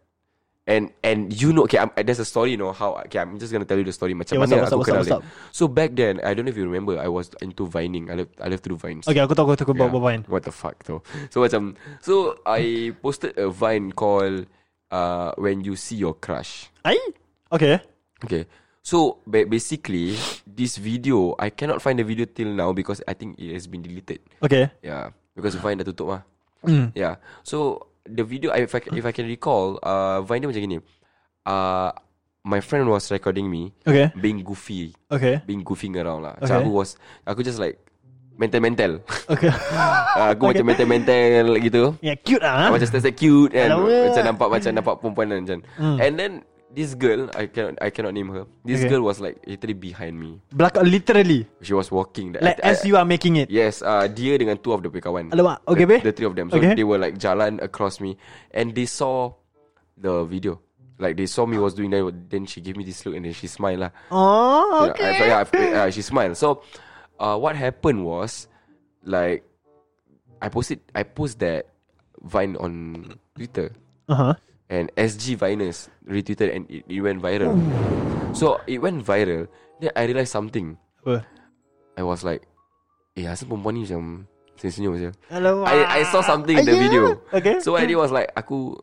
S2: And and you know, okay, I'm, uh, there's a story, you know how. Okay, I'm just gonna tell you the story macam
S1: Okay, what's
S2: mana
S1: up, what's
S2: aku kenal
S1: up, what's
S2: dia.
S1: up,
S2: So back then, I don't know if you remember, I was into vining. I love I love to do vines.
S1: Okay, aku tahu aku tahu bawa bawa
S2: What the fuck though? So macam, so I posted a vine called uh, "When You See Your Crush."
S1: Ai? Okay.
S2: Okay. So ba- basically, this video I cannot find the video till now because I think it has been deleted.
S1: Okay.
S2: Yeah, because Vine dah tutup mah.
S1: Hmm.
S2: Yeah. So the video if I if I can recall, uh, Vine dia macam gini. Uh, my friend was recording me
S1: Okay.
S2: being goofy,
S1: Okay.
S2: being goofing around lah.
S1: Okay.
S2: So aku was aku just like mental-mental.
S1: Okay.
S2: uh, aku macam mental-mental gitu.
S1: yeah, cute ah.
S2: Macam style cute and
S1: Alamak.
S2: macam nampak macam nampak perempuan dan macam. And then this girl, I cannot I cannot name her. This
S1: Hmm. Okay.
S2: girl was like literally behind me.
S1: Belakang literally.
S2: She was walking.
S1: Like
S2: I- I-
S1: as you are making it.
S2: Yes, uh, dia dengan two of the punya kawan.
S1: Alamak, okay,
S2: the,
S1: babe.
S2: the three of them. So
S1: Okay.
S2: they were like jalan across me and they saw the video. Like they saw me was doing that then she gave me this look and then she smiled lah.
S1: Oh.
S2: Yeah, I- so yeah, I- uh, she smiled. So uh, what happened was like I posted I post that Vine on Twitter
S1: Uh-huh.
S2: and SG Vinus retweeted and it, it went viral. So it went viral. Then I realised something.
S1: Apa?
S2: I was like, eh, asal perempuan ni macam senyum-senyum je.
S1: Hello.
S2: I, I saw something in the
S1: Ah, Yeah.
S2: video.
S1: Okay.
S2: So what I did was like, aku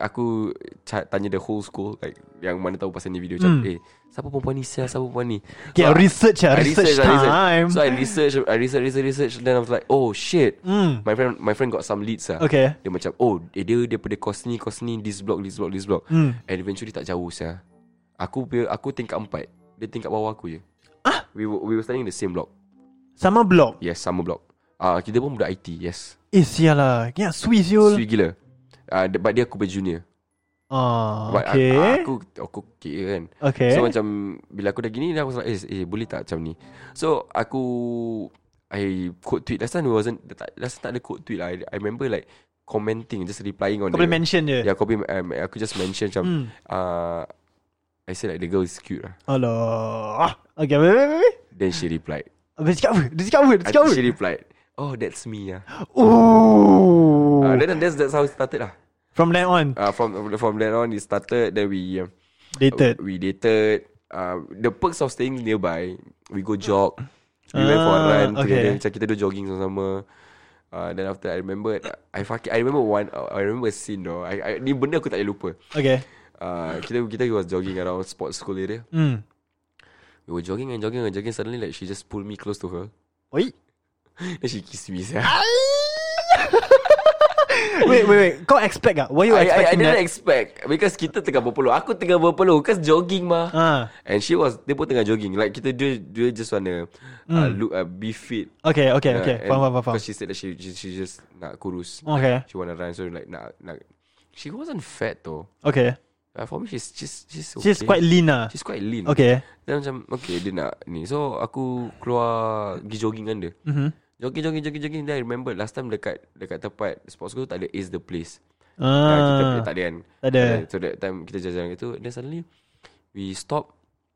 S2: aku ca- tanya the whole school like yang mana tahu pasal ni video macam eh siapa perempuan ni siapa siapa perempuan ni
S1: Hmm. Okay,
S2: I-
S1: research ah,
S2: I
S1: research
S2: I
S1: time.
S2: so I research I research research research then I was like oh shit
S1: Hmm.
S2: my friend my friend got some leads ah
S1: Okay.
S2: dia macam oh eh, dia daripada kos ni kos ni this block this block this block and eventually tak jauh sia aku punya- aku tingkat empat dia tingkat bawah aku je ah we were, we were studying the same block
S1: Sama blog.
S2: yes sama block ah kita pun budak IT yes
S1: Eh, sialah. Ya, sweet siul.
S2: Sweet gila uh, But dia aku berjunior
S1: Ah,
S2: But
S1: okay.
S2: aku, aku Aku kira kan
S1: Okay.
S2: So macam Bila aku dah gini Then aku was like eh, eh boleh tak macam ni So aku I code tweet Last time wasn't tak, Last time tak ada code tweet lah I, I remember like Commenting Just replying on
S1: Kau boleh
S2: the-
S1: mention je.
S2: Yeah kau boleh um, Aku just mention macam
S1: Hmm.
S2: uh, I said like The girl is cute lah
S1: Alah. Okay, wait, wait, wait.
S2: Then she replied
S1: Abang cakap apa? Dia cakap apa? Dia
S2: I,
S1: cakap apa?
S2: She replied Oh that's me lah
S1: Ooh.
S2: uh, then, that's, that's how it started lah
S1: From then on,
S2: uh, From from then on It started Then we um,
S1: dated.
S2: We dated. Uh, the perks of staying nearby, we go jog. We went for a
S1: Ah,
S2: run
S1: okay.
S2: together. Macam kita do jogging sama-sama. Uh, then after I remember I fucking I remember one I remember a scene though. I, I ni benda aku tak boleh lupa.
S1: Okay.
S2: Uh, kita kita was jogging around sports school area.
S1: Hmm.
S2: We were jogging and jogging and jogging suddenly like she just pulled me close to her.
S1: Oi.
S2: Then she kissed me. sia.
S1: Wait, wait, wait. Kau expect ah? Were you
S2: I, I, I
S1: expecting
S2: didn't
S1: that?
S2: expect because kita tengah berpeluh. Aku tengah berpeluh cause jogging mah.
S1: Ah.
S2: And she was Dia pun tengah jogging Like kita Dia, dia just wanna uh, Look uh, Be fit
S1: Okay, okay,
S2: Yeah,
S1: Hmm. okay.
S2: and
S1: Faham, faham, faham, Ah. faham.
S2: Because she said that she, she, she just Nak kurus
S1: Okay.
S2: She wanna run So like nak, nak She wasn't fat though
S1: Okay.
S2: uh, For me she's She's, she's okay
S1: She's quite lean ah.
S2: She's quite lean
S1: Okay.
S2: Then macam Okay dia nak ni So aku keluar Pergi jogging dengan dia mm-hmm. Jogging jogging jogging jogging Then I remember Last time dekat Dekat tempat Sports school tu tak ada Ace the place Ya, kita
S1: Ah.
S2: punya tak ada kan
S1: Tak ada.
S2: So that time kita jalan-jalan gitu Then suddenly We stop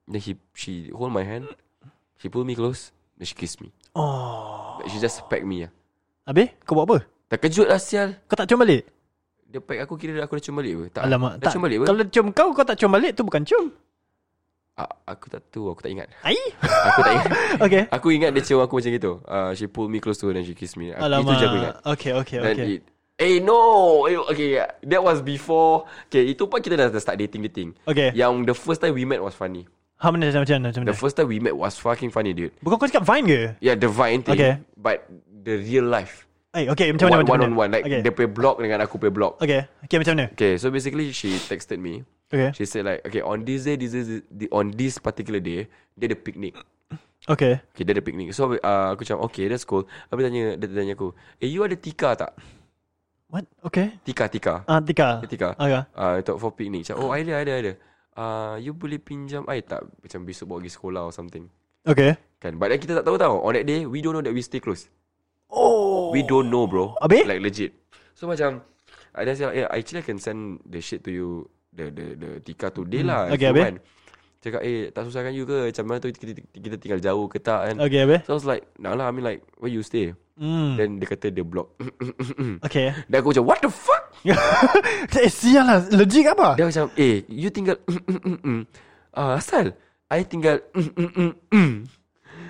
S2: Then he, she hold my hand She pull me close Then she kiss me
S1: Oh.
S2: Like, She just pack me lah
S1: Habis kau buat apa?
S2: Terkejut lah sial
S1: Kau tak cium balik?
S2: Dia pack aku kira aku dah cium balik ke tak,
S1: Alamak,
S2: Dah
S1: tak.
S2: cium balik ke
S1: Kalau cium kau kau tak cium balik tu bukan cium.
S2: A- Ah, Aku tak tahu Aku tak ingat
S1: Ai.
S2: Aku tak ingat
S1: Okay.
S2: Aku ingat dia cium aku macam gitu uh, She pull me close to her Then she kiss me Aku- Itu
S1: Alamak.
S2: je aku ingat
S1: Okay, okay,
S2: Then
S1: okay.
S2: it Eh no Eh, Okay yeah. That was before Okay itu pun kita dah dah start dating-dating
S1: Okay.
S2: Yang the first time we met was funny
S1: How many macam mana macam
S2: Ya. The
S1: mana?
S2: first time we met was fucking funny, dude.
S1: Bukan kau cakap fine ke?
S2: Yeah, the Vine thing.
S1: Okay.
S2: But the real life.
S1: Eh, okay, macam
S2: one,
S1: mana macam
S2: one
S1: mana?
S2: on one. Like,
S1: okay.
S2: dia play blog dengan aku play blog.
S1: okay. Okay, macam mana?
S2: Okay, so basically she texted me.
S1: Okay.
S2: She said like, okay, on this day, this is, on this particular day, dia ada picnic.
S1: Okay.
S2: Okay, dia ada picnic. So, uh, aku macam, okay, that's cool. Habis tanya, dia tanya aku, eh, you ada tika tak?
S1: What? Okay.
S2: Tika, tika.
S1: Ah, Tika.
S2: Dia tika.
S1: Okay.
S2: Uh, untuk for picnic. Macam, oh, ada, ada, ada. Uh, you boleh pinjam air tak? Macam besok bawa pergi sekolah or something.
S1: Okay.
S2: Kan? But then kita tak tahu tau. On that day, we don't know that we stay close. Oh. We don't know, bro.
S1: Habis?
S2: Like legit. So macam, I just like, yeah, actually I can send the shit to you, the the the tika today lah. if
S1: Mm. Okay,
S2: you
S1: habis?
S2: want. Cakap, eh, tak susahkan you ke? Macam mana tu kita, kita tinggal jauh ke tak kan?
S1: Okay, habis?
S2: So I was like, nah lah, I mean like, where you stay?
S1: Hmm.
S2: Then dia kata dia block.
S1: Okay.
S2: Then aku macam, what the fuck?
S1: eh, sial lah. Legit ke apa?
S2: Dia macam Eh you tinggal mm, Ah Asal I tinggal mm,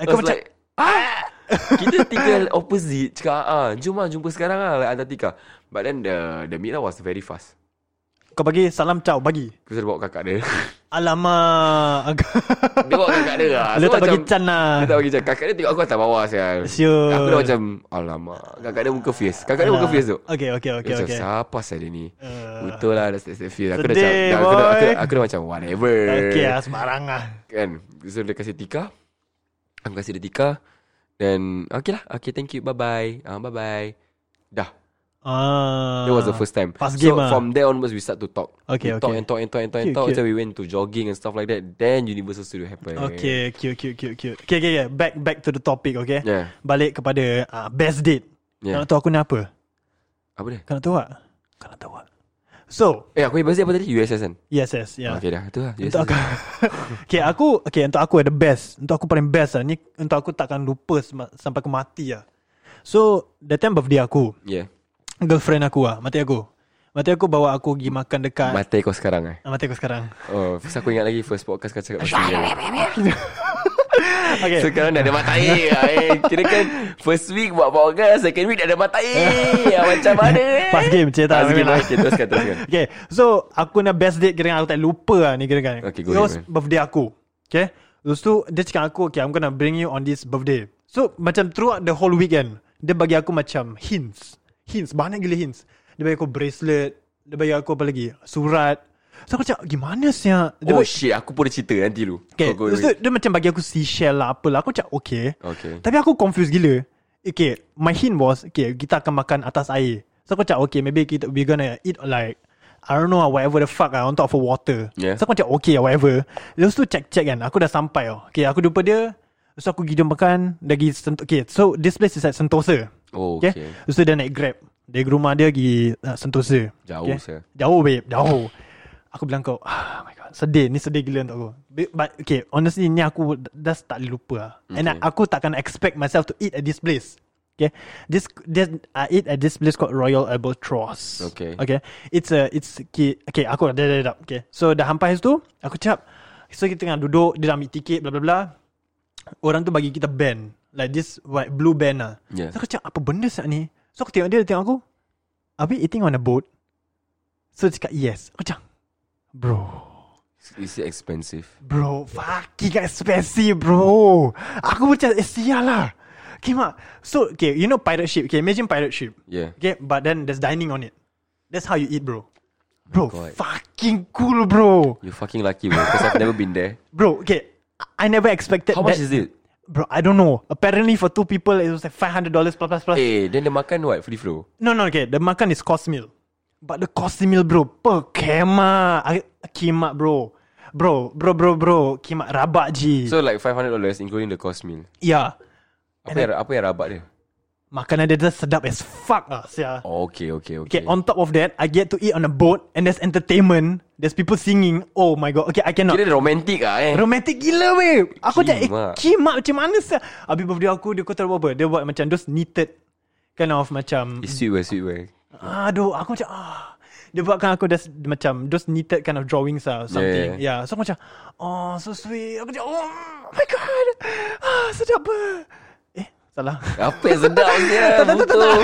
S2: I
S1: kau
S2: was
S1: macam-
S2: like ah! Kita tinggal opposite Cakap ah, Jom lah jumpa sekarang lah Like Antartika But then the The meet up was very fast
S1: Kau bagi salam ciao, bagi.
S2: Aku sudah bawa kakak dia
S1: Alamak.
S2: Dia bawa kakak dia lah
S1: Dia tak bagi
S2: macam-
S1: can lah.
S2: Dia tak bagi can Kakak dia tengok aku atas bawah sial
S1: Siul.
S2: Aku dah macam Alamak Kakak dia muka fierce Kakak dia muka fierce tu
S1: Ah. Okay, okay, okay,
S2: Dia macam
S1: okay.
S2: siapa saya ni
S1: Uh.
S2: Betul lah Dah step-step fierce Aku dah
S1: Sedih,
S2: macam dah- aku dah- aku dah-
S1: boy.
S2: Aku dah macam Whatever
S1: Okay lah, sembarang lah.
S2: Kan So dia kasih tika Aku kasih dia tika Then Okay lah Okay thank you Bye bye uh, Bye bye Dah
S1: Ah.
S2: That was the first time
S1: Fast
S2: So
S1: game ah.
S2: from there onwards We start to talk
S1: Okay,
S2: we talk
S1: okay.
S2: and talk and talk and talk, and
S1: Cute,
S2: talk
S1: cute.
S2: Until we went to jogging And stuff like that Then Universal Studio happened
S1: Okay, cute, cute, cute, cute. Okay, okay, okay. Back back to the topic, okay?
S2: Yeah.
S1: Balik kepada uh, best date.
S2: Yeah.
S1: Nak tahu aku ni apa?
S2: Apa dia?
S1: Kau nak tahu tak? Kau nak tahu tak? So,
S2: Eh aku yang apa tadi? USS kan?
S1: yes, yes, yeah.
S2: Okay dah Itu lah
S1: Ya.
S2: USS
S1: Untuk aku Okay aku Okay untuk aku ada best Untuk aku paling best lah Ni untuk aku takkan lupa sem- Sampai aku mati lah So The time birthday aku
S2: Yeah
S1: Girlfriend aku lah Mati aku Mati aku bawa aku pergi makan dekat Mat-
S2: Mata kau sekarang eh
S1: Mati aku sekarang
S2: Oh First aku ingat lagi First podcast kau cakap pasal dia
S1: Okay
S2: Sekarang dah ada mata air eh. Kira kan First week buat podcast Second week dah ada mata air Ah, Macam mana eh
S1: Fast game eh. Cik tak
S2: Fast game,
S1: memang.
S2: okay, teruskan, teruskan.
S1: Okay So Aku nak best date Kira aku tak lupa lah ni kira kan
S2: Okay, go
S1: It was
S2: ahead, man.
S1: birthday aku Okay Lepas tu Dia cakap aku Okay I'm gonna bring you on this birthday So macam throughout the whole weekend Dia bagi aku macam Hints Hints Banyak gila hints Dia bagi aku bracelet Dia bagi aku apa lagi Surat So aku cakap Gimana sih Dia
S2: Oh
S1: bagi-
S2: shit Aku pun ada cerita eh, nanti lu
S1: Okay,
S2: Kau go
S1: lepas tu
S2: away.
S1: dia macam bagi aku seashell lah apalah. Aku cakap okay.
S2: Okay.
S1: Tapi aku confused gila. Okay, my hint was, okay, kita akan makan atas air. So aku cakap okay, maybe kita, we gonna eat like, I don't know whatever the fuck lah on top of water.
S2: Yeah.
S1: So aku cakap okay whatever. Lepas tu check-check kan, aku dah sampai oh. Okay, aku jumpa dia. So aku pergi dia makan, dia pergi Sent- okay, so this place is at Sentosa.
S2: Oh, okay.
S1: Lepas tu dia naik grab. Dari rumah dia pergi uh, Sentosa.
S2: Jauh, sir.
S1: Jauh babe Jauh Aku bilang kau Ah my god Sedih Ni sedih gila untuk aku Be- But okay Honestly ni aku Dah tak boleh lupa lah. And I, aku takkan expect myself To eat at this place Okay This, this I eat at this place Called Royal Albatross
S2: Okay.
S1: Okay It's a It's Okay, okay aku dah dah dah dah. Okay So dah hampas tu Aku cakap So kita tengah duduk Dia dah ambil tiket bla bla bla Orang tu bagi kita band Like this like Blue band lah
S2: Yeah.
S1: So aku cakap Apa benda saat ni So aku tengok dia Dia tengok aku Are we eating on a boat? So dia cakap yes Aku cakap Bro
S2: Is it expensive
S1: Bro Fucking expensive bro Aku macam Eh sial lah Okay mak So okay You know pirate ship Okay imagine pirate ship
S2: Yeah Oh
S1: Okay but then There's dining on it That's how you eat bro Bro
S2: God.
S1: Fucking cool bro
S2: You fucking lucky bro Because I've never been there
S1: Bro okay I I never expected
S2: How much
S1: that-
S2: is it
S1: Bro I don't know Apparently for two people It was like $500 plus plus plus
S2: Eh then dia makan what Free flow
S1: No, no, okay. The makan is cost meal. But the cost meal, bro, per kema. I- Kimak, bro. Bro, bro, bro, bro. Kimak rabak je.
S2: So
S1: So,
S2: like $500 Including the cost meal
S1: yeah.
S2: Apa yang, apa yang rabak dia
S1: Makanan dia just sedap as fuck lah, sia.
S2: oh, Okay okay okay
S1: Okay, on top of that, I get to eat on a boat and there's entertainment. There's people singing. Oh my god. Okay, I cannot.
S2: Kira dia romantic lah eh
S1: Romantic gila weh Aku cakap eh,
S2: Kimak.
S1: Kimak macam mana sah Habis birthday aku Dia kau tahu apa Dia buat macam Those knitted Kind of macam
S2: It's sweet weh sweet weh
S1: Aduh Aku macam ah. Dia buatkan aku just, Macam Those knitted kind of drawings lah Something yeah. yeah. So aku macam Oh so sweet Aku macam Oh my god ah, Sedap ber Eh salah
S2: Apa yang sedap dia
S1: Tak, tak, tak, tak,
S2: betul.
S1: tak.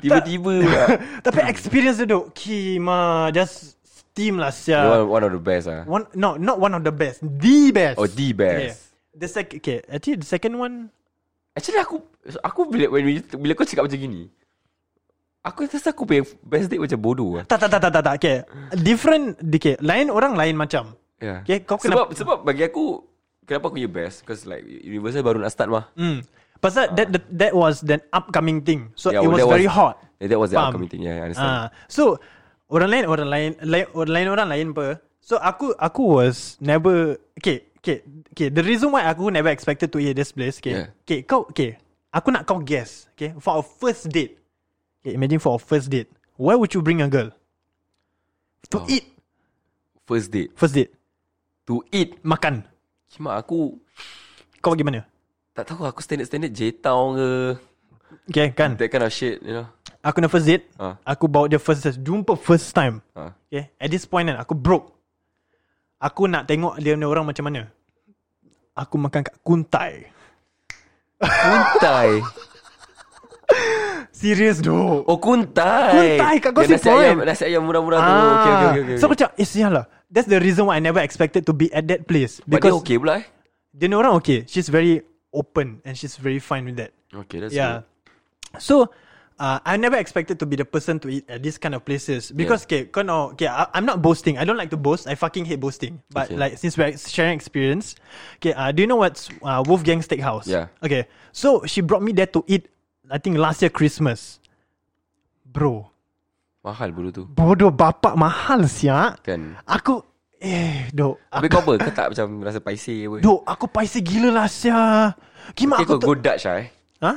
S2: Tiba-tiba ah. pula
S1: Tapi experience dia tu Kima Just steam lah
S2: one,
S1: siap
S2: one of the best ah.
S1: one, No not one of the best The best
S2: Oh the
S1: Okay.
S2: best
S1: The second Okay actually the second one
S2: Actually aku Aku bila when we, Bila kau cakap macam gini Aku rasa aku punya Best date macam bodoh lah
S1: Tak tak tak tak tak, tak. Okay. Different okay. Lain orang lain macam.
S2: yeah.
S1: Okay, kau
S2: Ya.
S1: kena-
S2: sebab, sebab bagi aku Kenapa aku punya best Because like Universal baru nak start mah
S1: Hmm. Pasal that, that that was the upcoming thing. So
S2: Yeah, well,
S1: it
S2: Ya,
S1: was
S2: that
S1: very
S2: was-
S1: hot.
S2: yeah, that was the
S1: Faham?
S2: upcoming thing. Yeah, I understand.
S1: Ah, so orang lain orang lain lain orang lain orang lain apa. So aku aku was never okay okay okay. The reason why aku never expected to eat this place. Okay
S2: Yeah.
S1: okay kau okay. Aku nak kau guess okay for a first date. Okay, imagine for a first date. Where would you bring a girl?
S2: Oh.
S1: To eat
S2: First date
S1: first date
S2: To eat
S1: makan.
S2: Cuma aku
S1: Kau pergi mana?
S2: Tak tahu aku standard-standard J-Town ke
S1: Okay kan
S2: That kind of shit You know
S1: Aku nak first date
S2: Ah.
S1: Aku bawa dia first Jumpa first time
S2: Ah.
S1: Okay At this point kan Aku broke Aku nak tengok Dia punya orang macam mana Aku makan kat Kuntai
S2: Kuntai
S1: Serius doh
S2: Oh kuntai
S1: Kuntai kat Gossip
S2: Yang nasi ayam,
S1: Point. Ah.
S2: Nasi ayam murah-murah tu Okay okay okay, okay.
S1: So aku cakap Eh sial lah That's the reason why I never expected to be at that place
S2: But dia
S1: Because
S2: okay pula eh
S1: dia punya orang okay She's very open And she's very fine with that
S2: Okay that's yeah.
S1: yeah. So uh, I never expected to be the person to eat at these kind of places because okay, kau know, okay, I, I'm not boasting. I don't like to boast. I fucking hate boasting. But
S2: Okay.
S1: like since we're sharing experience, okay, uh, do you know what's uh, Wolfgang Steakhouse?
S2: Yeah.
S1: Okay, so she brought me there to eat. I think last year Christmas, bro.
S2: Mahal bulu tu
S1: Bodoh bapak mahal sia.
S2: Kan
S1: Aku eh dok.
S2: Habis
S1: Aku,
S2: kau apa Kau tak macam rasa paiseh apa
S1: dok aku paisi gila lah sia. Kimak
S2: Okay
S1: aku
S2: kau
S1: tu.
S2: go Dutch lah eh
S1: Ha?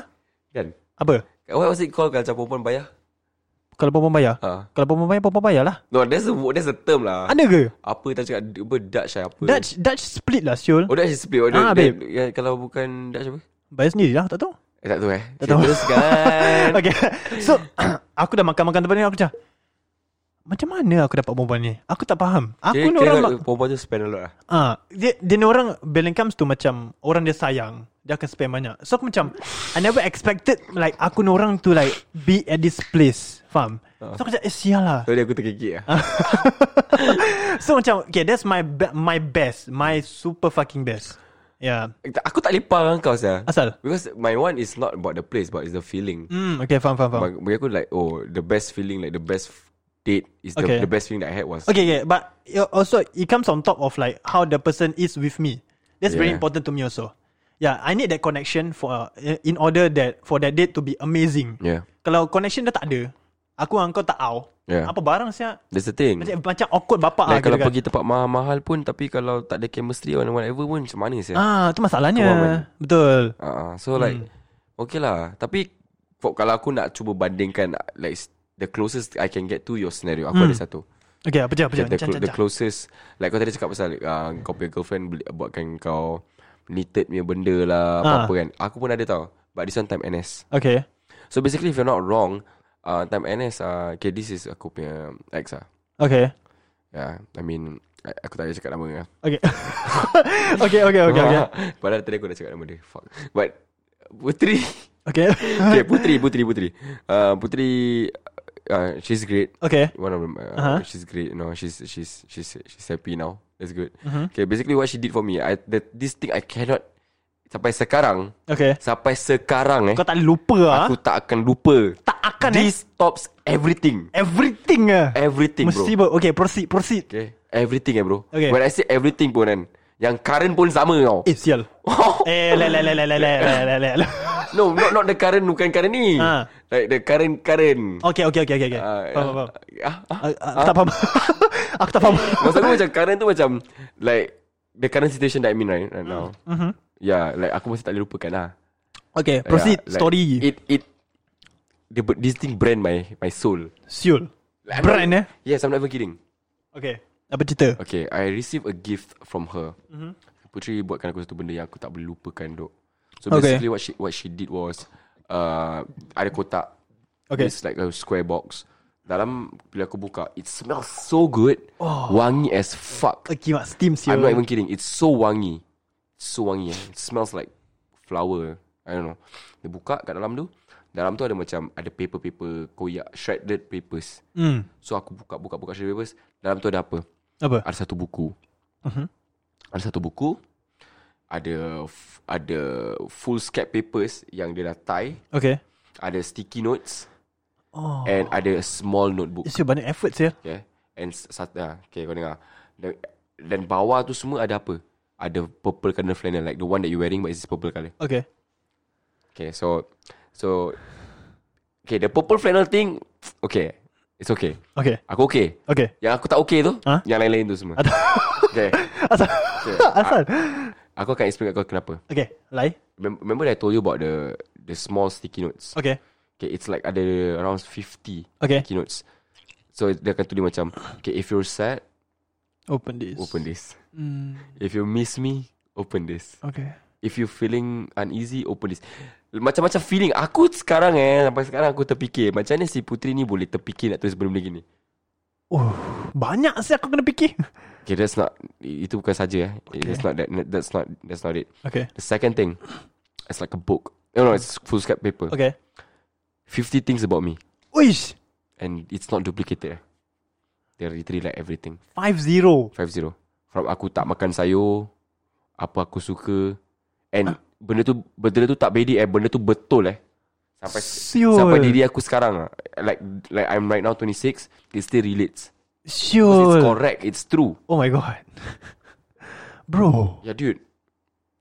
S2: Kan
S1: Apa?
S2: What was it called Kalau macam perempuan bayar
S1: Kalau perempuan bayar?
S2: Ha.
S1: Kalau perempuan bayar, perempuan bayar lah.
S2: No that's a, that's a term lah
S1: Ada ke?
S2: Apa tak cakap Apa Dutch lah apa
S1: Dutch Dutch split lah Syul
S2: Oh Dutch is split oh,
S1: Ah,
S2: dia-
S1: babe.
S2: dia- Kalau bukan Dutch apa
S1: Bayar sendiri lah Tak tahu
S2: Eh tak tahu eh
S1: Tak tahu
S2: Teruskan
S1: Okay So Aku dah makan-makan tempat ni Aku macam Macam mana aku dapat perempuan ni Aku tak faham Aku
S2: Kira,
S1: ni
S2: kira
S1: orang
S2: orang
S1: mak-
S2: perempuan tu spend a lot lah
S1: Ah, dia dia ni orang when it comes to macam orang dia sayang, dia akan spend banyak. So aku macam I never expected like aku ni orang to like be at this place. Faham?
S2: Ah.
S1: So aku macam eh sial lah.
S2: Sorry aku terkekik lah
S1: so macam okay, that's my be- my best, my super fucking best. Yeah.
S2: Eh, Aku tak lepak dengan kau saya.
S1: Asal?
S2: Because my one is not about the place But it's the feeling
S1: Hmm, okay, faham faham faham.
S2: Bag- Bagi aku like Oh the best feeling Like the best f- date Is the,
S1: Okay.
S2: the best feeling that I had was
S1: Okay, yeah, but it also it comes on top of like how the person is with me. That's very
S2: Yeah.
S1: important to me also. Yeah, I need that connection for uh, in order that for that date to be amazing.
S2: Yeah
S1: Kalau connection dah tak ada Aku dengan kau tak au
S2: Yeah.
S1: Apa barang siap
S2: That's the thing
S1: Macam, macam awkward bapak
S2: Like kalau pergi
S1: kira-kira.
S2: tempat mahal-mahal pun Tapi kalau tak ada chemistry Or whatever pun Macam mana saya
S1: Ah, tu masalahnya
S2: Keluar mana?
S1: Betul
S2: uh, So like Okay lah Tapi for, Kalau aku nak cuba bandingkan Like s- The closest I can get to Your scenario Aku ada satu
S1: Okay, apa je, apa
S2: the,
S1: je
S2: the,
S1: Chan,
S2: clo-
S1: Chan,
S2: the
S1: Chan.
S2: closest Like kau tadi cakap pasal uh, Kau punya girlfriend beli, Buatkan kau Knitted punya benda lah Apa-apa kan Aku pun ada tau But this one time NS
S1: Okay
S2: So basically if you're not wrong uh, Time NS uh, Okay this is aku punya ex lah
S1: Okay
S2: Yeah I mean I- Aku tak boleh cakap nama lah
S1: Okay Okay, okay, okay Okay,
S2: Padahal tadi aku dah cakap nama dia Fuck But Putri
S1: okay.
S2: Okay Putri Putri Putri uh, Putri uh, She's great
S1: okay.
S2: One of them, uh,
S1: Uh-huh.
S2: she's great. You know, she's she's she's she's happy now. That's good.
S1: Mm-hmm.
S2: Okay, basically what she did for me, I the, this thing I cannot sampai sekarang,
S1: okay.
S2: sampai sekarang eh,
S1: Kau tak boleh lupa ah.
S2: aku tak akan lupa.
S1: tak akan eh
S2: This stops everything,
S1: Everything ah.
S2: everything,
S1: Mesti
S2: bro.
S1: bro. Okay, proceed, proceed
S2: Okay, everything, eh, bro.
S1: Okay.
S2: When I say everything pun kan, yang current pun sama tau.
S1: Eh, sial Eh, le, le, le, le, le, le, le, le, le.
S2: no, not not the current, bukan current ni.
S1: Ah.
S2: Like the current current.
S1: Okay, okay, okay, okay, okay.
S2: Ah,
S1: Oh, Faham,
S2: ah,
S1: faham
S2: ah, ah.
S1: Ah, ah, Aku tak faham Aku tak faham
S2: Maksud aku macam current tu macam Like The current situation that I mean right, right now mm-hmm. Yeah like aku masih tak boleh lupakan lah
S1: Okay, proceed,
S2: yeah, like,
S1: story
S2: It it the, This thing brand my my soul
S1: Siul
S2: Like, I'm
S1: Brand eh
S2: not, Yes I'm not even kidding
S1: Okay Apa cerita
S2: Okay I received a gift from her mm-hmm. Putri buatkan aku satu benda yang aku tak boleh lupakan dok So
S1: Okay.
S2: basically what she what she did was uh, Ada kotak
S1: Okay.
S2: It's like a square box Dalam bila aku buka It smells so good oh. Wangi as fuck
S1: Okay mak steam siul
S2: I'm not even kidding. It's so wangi. It's so wangi. Eh. It smells like flower. I don't know. Dia buka kat dalam tu. Dalam tu ada macam ada paper-paper koyak. Shredded papers.
S1: hmm.
S2: So aku buka, buka, buka shredded papers. Dalam tu ada apa?
S1: Apa
S2: Ada satu buku.
S1: Mm-hmm.
S2: Ada satu buku. Ada f- ada full scap papers yang dia dah tie.
S1: Okay
S2: Ada sticky notes.
S1: Oh.
S2: And ada a small notebook.
S1: Eh, Siul banyak effort siul
S2: Okay And satu ah, Okay kau dengar dan, dan bawah tu semua ada apa Ada purple colour flannel Like the one that you wearing But it's purple colour
S1: Okay
S2: Okay so So Okay the purple flannel thing Okay It's okay
S1: Okay
S2: Aku okay
S1: Okay
S2: Yang aku tak okay tu
S1: Ha?
S2: Yang lain-lain tu semua Okay
S1: Asal Asal
S2: Aku akan explain kat kau kenapa
S1: Okay Lai
S2: Mem- Remember that I told you about the The small sticky notes
S1: Okay
S2: Okay, it's like ada around 50
S1: Okay.
S2: keynotes. So dia akan tulis macam, okay, if you're sad,
S1: Open this
S2: open this.
S1: Hmm,
S2: If you miss me, open this.
S1: Okay
S2: If you feeling uneasy, open this. Macam-macam feeling. Aku sekarang eh, sampai sekarang aku terfikir, macam mana si Putri ni boleh terfikir nak tulis benda-benda gini.
S1: Oh Banyak siul aku kena fikir
S2: Okay, that's not, itu bukan saja eh. That's not that, that's not, that's not it.
S1: Okay
S2: The second thing, it's like a book. No, no, it's full scrap paper.
S1: Okay
S2: 50 things about me.
S1: Uish
S2: And it's not duplicated eh. They literally like everything.
S1: Five zero
S2: 5-0 From aku tak makan sayur Apa aku suka And Benda tu Benda tu tak bedi eh Benda tu betul eh Sampai
S1: Siul.
S2: Sampai diri aku sekarang ah. Like Like I'm right now 26 It still relates It's
S1: Siul
S2: correct It's true
S1: Oh my god Bro
S2: Ya yeah, dude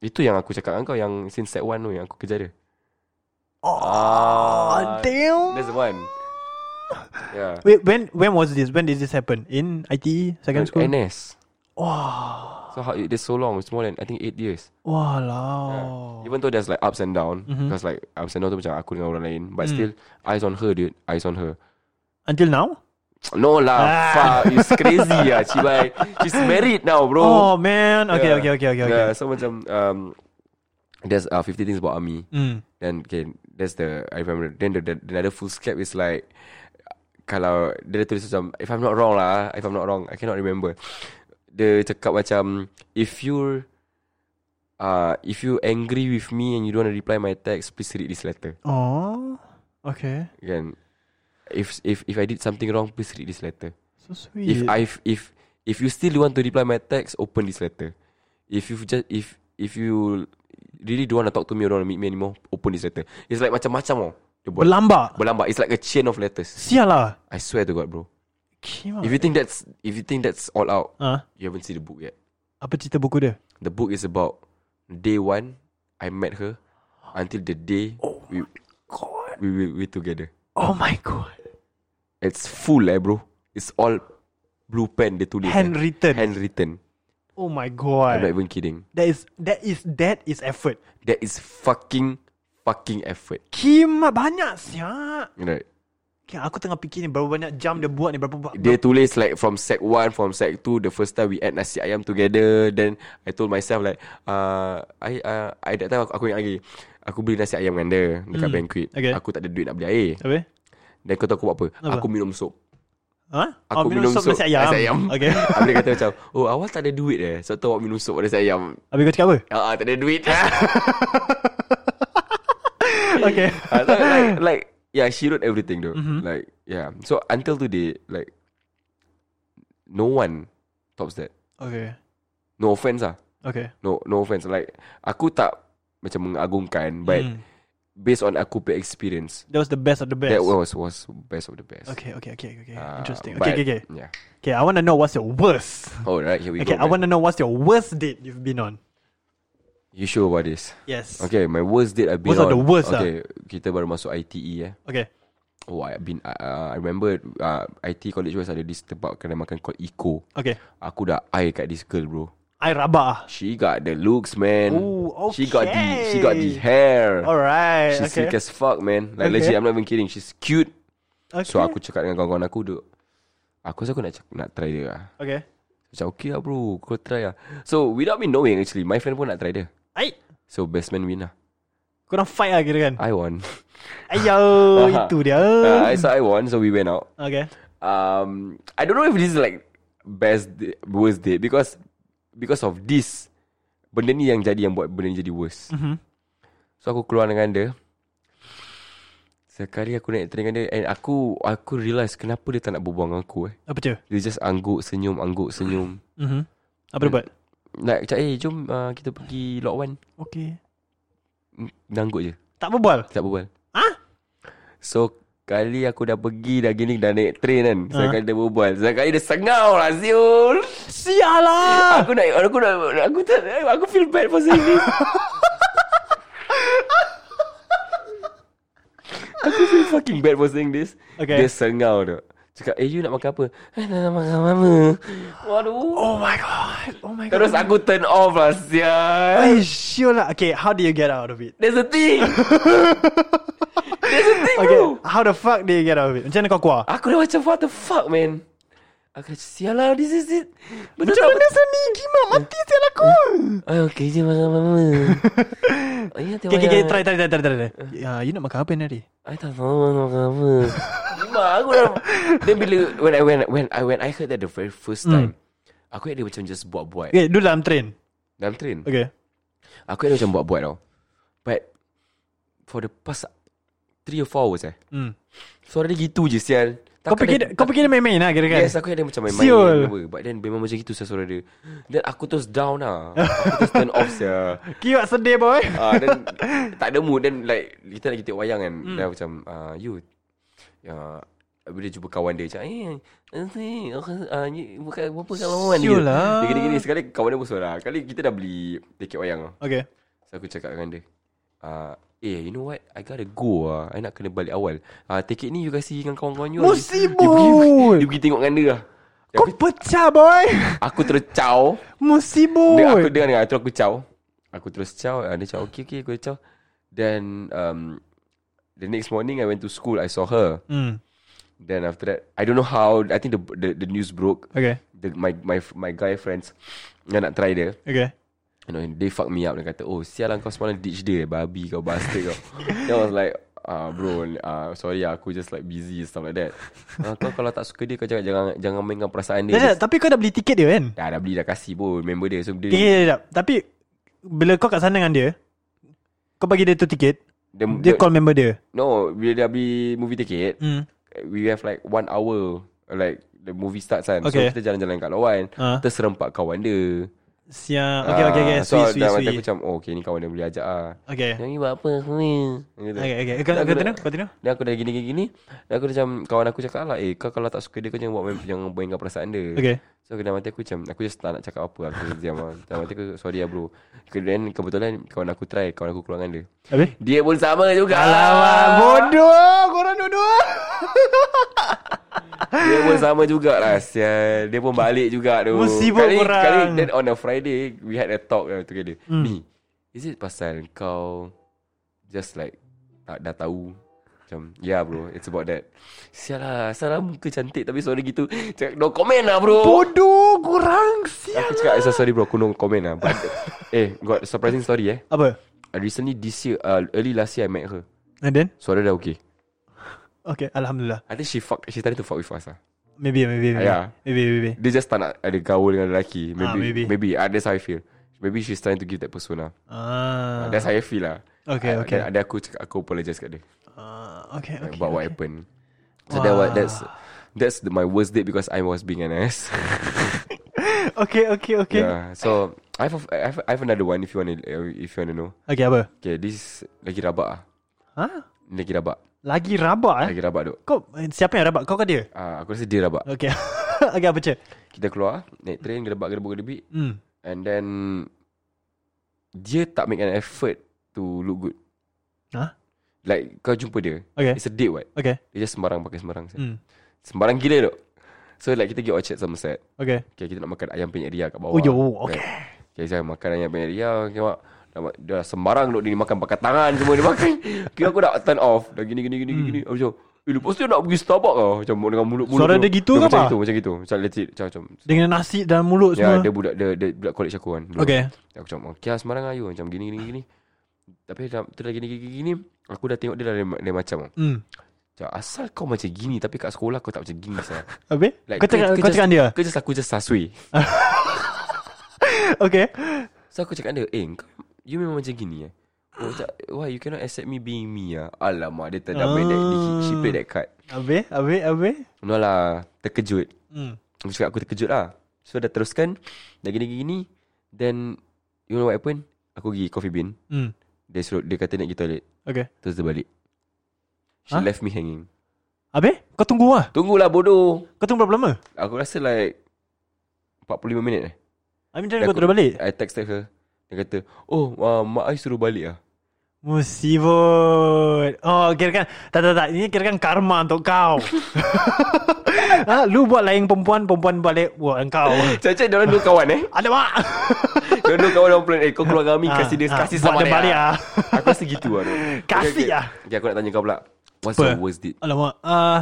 S2: Itu yang aku cakap dengan kau Yang since set 1 tu Yang aku kejar dia Ah,
S1: Oh
S2: That's
S1: Damn
S2: the one Yeah
S1: Wait when when was this When did this happen In ITE Secondary school
S2: NS
S1: Wah
S2: So how, it- it's so long It's more than I think 8 years Oh.
S1: Wah lah
S2: Even though there's like ups and down mm-hmm. Because like ups and down tu macam aku dengan orang lain But mm.
S1: Hmm.
S2: still Eyes on her dude Eyes on her
S1: Until now
S2: No lah
S1: Ah.
S2: Fuck It's crazy lah Cibai She's married now bro
S1: Oh man Okay
S2: Yeah.
S1: okay okay okay okay
S2: Yeah, So macam um, There's uh, 50 things about army
S1: Hmm.
S2: Then okay That's the I remember Then the, the another full scap is like Kalau Dia ada tulis macam If I'm not wrong lah ah, If I'm not wrong I cannot remember Dia cakap macam If you're uh, If you angry with me And you don't want to reply my text Please read this letter
S1: Oh. Okay.
S2: Kan If if if I did something wrong Please read this letter
S1: So sweet.
S2: If I if if you still want to reply my text, open this letter. If you just if if you really don't want to talk to me or don't want to meet me anymore, open this letter. It's like macam-macam oh. Dia buat.
S1: Berlambak.
S2: Berlambak. It's like a chain of letters.
S1: Sial lah.
S2: I swear to God, bro.
S1: Kima.
S2: If you think that's if you think that's all out,
S1: Ah,
S2: you haven't seen the book yet.
S1: apa cerita buku dia?
S2: The book is about day one I met her until the day we, we we we together.
S1: Oh my god.
S2: It's full eh, bro. It's all blue pen dia tulis. eh.
S1: Handwritten.
S2: Handwritten.
S1: Oh my
S2: I'm not
S1: god.
S2: even kidding.
S1: That is that is that is effort.
S2: That is fucking fucking effort.
S1: Kima banyak siap.
S2: Right.
S1: Okay, aku tengah fikir ni berapa banyak jam dia buat ni berapa buat.
S2: Dia tulis like from sec 1, from sec 2 the first time we ate nasi ayam together then I told myself like uh, I uh, I that time aku, aku ingat lagi aku beli nasi ayam dengan dia dekat mm. banquet.
S1: Hmm. Okay.
S2: Aku tak ada duit nak beli air.
S1: Apa?
S2: Then kau tahu aku buat apa?
S1: Apa?
S2: Aku minum sup.
S1: Ha?
S2: Aku minum
S1: sup
S2: sup
S1: nasi ayam.
S2: nasi ayam.
S1: Okay.
S2: Abang dia kata macam, "Oh, awal tak ada duit eh. So tu awak minum sup nasi ayam."
S1: Habis kau cakap apa?
S2: Ah, ah, tak ada duit.
S1: Okay.
S2: Uh, like, like, like, yeah, she wrote everything though.
S1: Mm-hmm.
S2: Like, yeah. So until today, like, no one tops that.
S1: Okay.
S2: No offense lah.
S1: Okay.
S2: No, no offense. Like, aku tak macam mengagungkan, but
S1: Mm.
S2: based on aku punya experience,
S1: That was the best of the best.
S2: that was was best of the best.
S1: Okay, okay, okay, okay.
S2: Uh,
S1: Interesting.
S2: but,
S1: Okay, okay, okay.
S2: Yeah.
S1: Okay, I want to know what's your worst.
S2: Alright, here we
S1: Okay,
S2: go.
S1: I
S2: man.
S1: want to know what's your worst date you've been on.
S2: You sure about this?
S1: Yes.
S2: Okay, my worst date I've been
S1: Worst of
S2: on.
S1: the worst lah.
S2: Okay, kita baru masuk ITE eh.
S1: Okay.
S2: Oh, I've been, uh, I remember uh, IT College West ada this tempat kedai makan called Eco.
S1: Okay.
S2: Aku dah eye kat this girl bro
S1: I rabak ah.
S2: She got the looks man
S1: Ooh,
S2: She got the She got the
S1: okay.
S2: hair
S1: Alright.
S2: She's
S1: okay.
S2: sick as fuck man Like
S1: Okay.
S2: legit I'm not even kidding She's cute
S1: okay.
S2: So aku cakap dengan kawan-kawan aku duk Aku rasa aku nak, cak- nak try dia lah
S1: Okay.
S2: Macam okay lah bro Kau try lah So without me knowing actually My friend pun nak try dia
S1: Ai,
S2: So best man win lah
S1: kau nak fight lah kira kan.
S2: I won
S1: Ayo, itu dia.
S2: uh, So I won So we went out
S1: Okay.
S2: um I don't know if this is like best day, worst date because because of this benda ni yang jadi yang buat benda ni jadi worse.
S1: Mhm.
S2: So aku keluar dengan dia. Sekali aku naik train dengan dia and aku aku realise kenapa dia tak nak berbual dengan aku eh.
S1: Apa tu?
S2: Dia just angguk senyum angguk senyum.
S1: Mhm. Apa
S2: Hmm.
S1: dia buat?
S2: Like macam eh jom uh, kita pergi lot one.
S1: Okay.
S2: Dia angguk je.
S1: Tak berbual.
S2: Tak berbual.
S1: Hah?
S2: So Kali aku dah pergi Dah gini dah naik train kan
S1: Ah.
S2: Sekali dia berbual Sekali dia sengau lah Ziul Ha.
S1: Sialah.
S2: Aku nak Aku nak Aku tak Aku feel bad for saying this Aku feel fucking bad for saying this
S1: Okay.
S2: Dia sengau tu Cakap eh you nak makan apa Eh nak makan mama Waduh
S1: Oh my god. Oh my god.
S2: Terus aku turn off lah sial
S1: Ay, sure lah. Okay, how do you get out of it?
S2: There's a thing There's a thing
S1: Okay,
S2: bro
S1: how the fuck do you get out of it? Macam mana kau keluar?
S2: Aku dah macam what the fuck man Aku dah sial lah this is it Betul
S1: Macam
S2: tak
S1: mana sah ni? Gima mati sial aku.
S2: Oh, okay je makan mama Oh, ya,
S1: Okay, okay, okay. Try, try, try, try, try.
S2: Eh.
S1: try. Uh, you nak makan apa ni hari?
S2: I tak tahu nak makan apa Mak aku dah Then bila When I when, when I when I heard that the very
S1: Hmm.
S2: first time Aku ingat dia macam just buat-buat
S1: Okay, dulu dalam train.
S2: Dalam train
S1: Okay.
S2: Aku ingat dia macam buat-buat tau But For the past Three or four hours eh
S1: Hmm.
S2: Suara dia gitu je sial
S1: Kau
S2: Takkan
S1: fikir
S2: dia-
S1: kau fikir dia main-main lah kira kan?
S2: Yes aku ingat dia macam main-main
S1: Siul.
S2: ke apa. But then memang macam gitu sial suara dia Then aku terus down lah Aku terus turn off sial
S1: Kiwak sedih boy.
S2: Ah, then tak ada mood then like kita lagi tengok wayang kan.
S1: Hmm.
S2: Mm. Then macam ah you ya bila jumpa kawan dia macam eh nanti uh, you bukan apa kalau kan
S1: Siul lah.
S2: Dia gini-gini sekali kawan dia bersuara. Kali kita dah beli tiket wayang. tau.
S1: Okay.
S2: So aku cakap dengan dia. Ah eh you know what I gotta go ah. I nak kena balik awal. Ah tiket ni you kasi dengan kawan-kawan you. lah. Dia- Dia,
S1: Musibut.
S2: pergi- dia pergi tengok dengan dia lah. Dia
S1: Kau
S2: Aku,
S1: pecah boy.
S2: aku terus caw.
S1: Musibut.
S2: Dia, aku dengar dengan Terus aku caw Aku terus caw Ah, Dia cakap okay okay aku caw Then um, The next morning I went to school I saw her
S1: Hmm.
S2: Then after that I don't know how I think the the, the news broke
S1: Okay.
S2: the, My my my guy friends Yang nak try dia
S1: Okay.
S2: You know They fuck me up Dia kata Oh sial lah kau semalam ditch dia Babi kau bastard kau Then I was like ah bro, ah sorry ah, aku just like busy stuff like that. Ah, kau kalau tak suka dia kau jangan jangan jangan mainkan perasaan dia.
S1: Tak, tak, tapi kau dah beli tiket dia kan?
S2: Dah, dah beli dah kasih pun member dia. So dia
S1: Okay, okay, tak. Tapi bila kau kat sana dengan dia, kau bagi dia tu tiket,
S2: dia,
S1: dia call member dia.
S2: No, bila dah beli movie ticket,
S1: Hmm.
S2: we have like one hour like the movie starts kan.
S1: Okay.
S2: So kita jalan-jalan kat lawan,
S1: Ah.
S2: terserempak kawan dia.
S1: Siang. Okay, okay, okay.
S2: Ah,
S1: Sweet,
S2: so
S1: sweet,
S2: dalam hati
S1: sweet.
S2: aku macam Oh okay ni kawan dia boleh ajak ah.
S1: Okay.
S2: Yang ni buat apa Gitu.
S1: Okay, okay. Kau-
S2: Dan aku
S1: continue,
S2: dah-
S1: continue.
S2: Dan aku dah gini-gini Dan aku macam Kawan aku cakap lah Eh kau kalau tak suka dia Kau jangan buat main, Jangan mainkan perasaan dia
S1: Okay.
S2: So dalam hati aku macam Aku just tak nak cakap apa Aku just diam lah Dalam hati aku Sorry lah bro Kemudian kebetulan Kawan aku try Kawan aku keluar dengan dia
S1: Habis?
S2: Dia pun sama juga
S1: Alamak, bodoh. Korang dua-dua.
S2: Dia pun sama jugalah Sial Dia pun balik juga tu
S1: Musibah
S2: kali,
S1: korang.
S2: Kali then on a Friday We had a talk uh, together mm.
S1: Hmm.
S2: Ni Is it pasal kau Just like tak, Dah tahu Macam Yeah bro It's about that Sial lah Sarah muka cantik Tapi suara gitu Cakap no comment lah bro
S1: Bodoh korang. Sial. lah.
S2: Aku cakap "Eh, Sorry bro Aku no comment lah But Eh got surprising story eh
S1: Apa?
S2: Uh, Recently this year uh, Early last year I met her
S1: And then?
S2: Suara dah okay
S1: Okay, Alhamdulillah.
S2: I think she fuck She started to fuck with us lah
S1: Maybe, maybe, maybe.
S2: Yeah.
S1: Maybe, maybe.
S2: Dia just tak nak ada gaul dengan lelaki Maybe
S1: Ah,
S2: maybe. maybe
S1: maybe.
S2: ah, That's how I feel Maybe she's trying to give that persona uh.
S1: Ah.
S2: That's how I feel lah
S1: Okay,
S2: Ah,
S1: okay.
S2: Then ada aku cakap Aku apologize kat dia
S1: Ah, okay,
S2: okay,
S1: okay.
S2: About what happened So that was, that's That's the, my worst date Because I was being an ass
S1: Okay, okay, okay.
S2: Yeah So I have, I have, I have another one If you want to If you want to know
S1: Okay, apa?
S2: Okay this Lagi rabak ah.
S1: Ha?
S2: Lagi rabak
S1: Lagi rabak eh?
S2: Lagi rabak duk
S1: Kau siapa yang rabak? Kau ke dia?
S2: Ah, Aku rasa dia rabak
S1: Okay. okay, apa cik?
S2: Kita keluar Naik train Gerebak-gerebak-gerebik
S1: Hmm.
S2: And then Dia tak make an effort To look good
S1: Huh?
S2: Like kau jumpa dia
S1: Okay.
S2: It's a date what
S1: Okay.
S2: Dia just sembarang pakai sembarang mm.
S1: Hmm.
S2: Sembarang gila tu So like kita pergi Orchard Somerset
S1: Okay.
S2: Okay kita nak makan ayam penyet ria kat bawah
S1: Oh, yo, okay.
S2: Okay saya makan ayam penyet ria Okay mak Dah ma- Dia dah sembarang duk dia makan pakai tangan semua dia makan Kira aku dah turn off Dah gini gini gini mm. gini Aku macam Eh lepas tu nak pergi Starbucks lah Macam dengan mulut-mulut
S1: Hmm. Suara
S2: tu.
S1: dia gitu ke
S2: macam
S1: apa?
S2: Itu, macam gitu Macam legit Macam, macam
S1: Dengan nasi dalam mulut
S2: Ya,
S1: semua.
S2: dia budak dia, dia budak college aku kan. Dulu.
S1: Okay.
S2: Aku macam, "Okay, ah, sembarang ayu macam gini gini gini." Tapi dah tu dah gini gini gini, aku dah tengok dia dah lain, lain macam.
S1: Hmm.
S2: Macam, asal kau macam gini tapi kat sekolah kau tak macam gini saya.
S1: Habis? kau cakap, kau cakap dia?
S2: Kau just aku just sasui.
S1: Okay.
S2: So aku cakap dia, "Eh, kau you memang macam gini eh." Oh, tak, why you cannot accept me being me ah? Alamak, dia tak dapat
S1: Ah.
S2: that he- she played that card.
S1: Habis? Habis? Habis?
S2: No lah, terkejut.
S1: Hmm.
S2: Aku cakap aku terkejut lah So dah teruskan Dah gini-gini Then You know what happened Aku pergi coffee bean
S1: Hmm.
S2: Dia suruh Dia kata nak pergi toilet
S1: Okay.
S2: Terus dia balik She
S1: Huh?
S2: left me hanging
S1: Habis? Kau tunggu lah.
S2: Tunggulah bodoh
S1: Kau tunggu berapa lama?
S2: Aku rasa like 45 minit eh
S1: I mean, jangan
S2: Dah
S1: kau terus balik.
S2: I texted her Dia kata Oh uh, mak I suruh balik lah
S1: Musibut. Oh, kira kan. Tak, tak, tak. Ini kira kan karma untuk kau. ha, lu buat lain perempuan, perempuan balik buat engkau.
S2: Cacat dia orang dua kawan eh
S1: Ada mak.
S2: Dia orang dua kawan orang plan Eh kau keluar dengan Ami Kasih dia
S1: Ah, ah,
S2: Kasih
S1: buat
S2: selamat ya.
S1: dia balik ah.
S2: Aku rasa gitu lah tu.
S1: Kasih
S2: Okay, okay.
S1: ah.
S2: Okay aku nak tanya kau pula What's
S1: Apa?
S2: your worst date
S1: Alamak. Uh,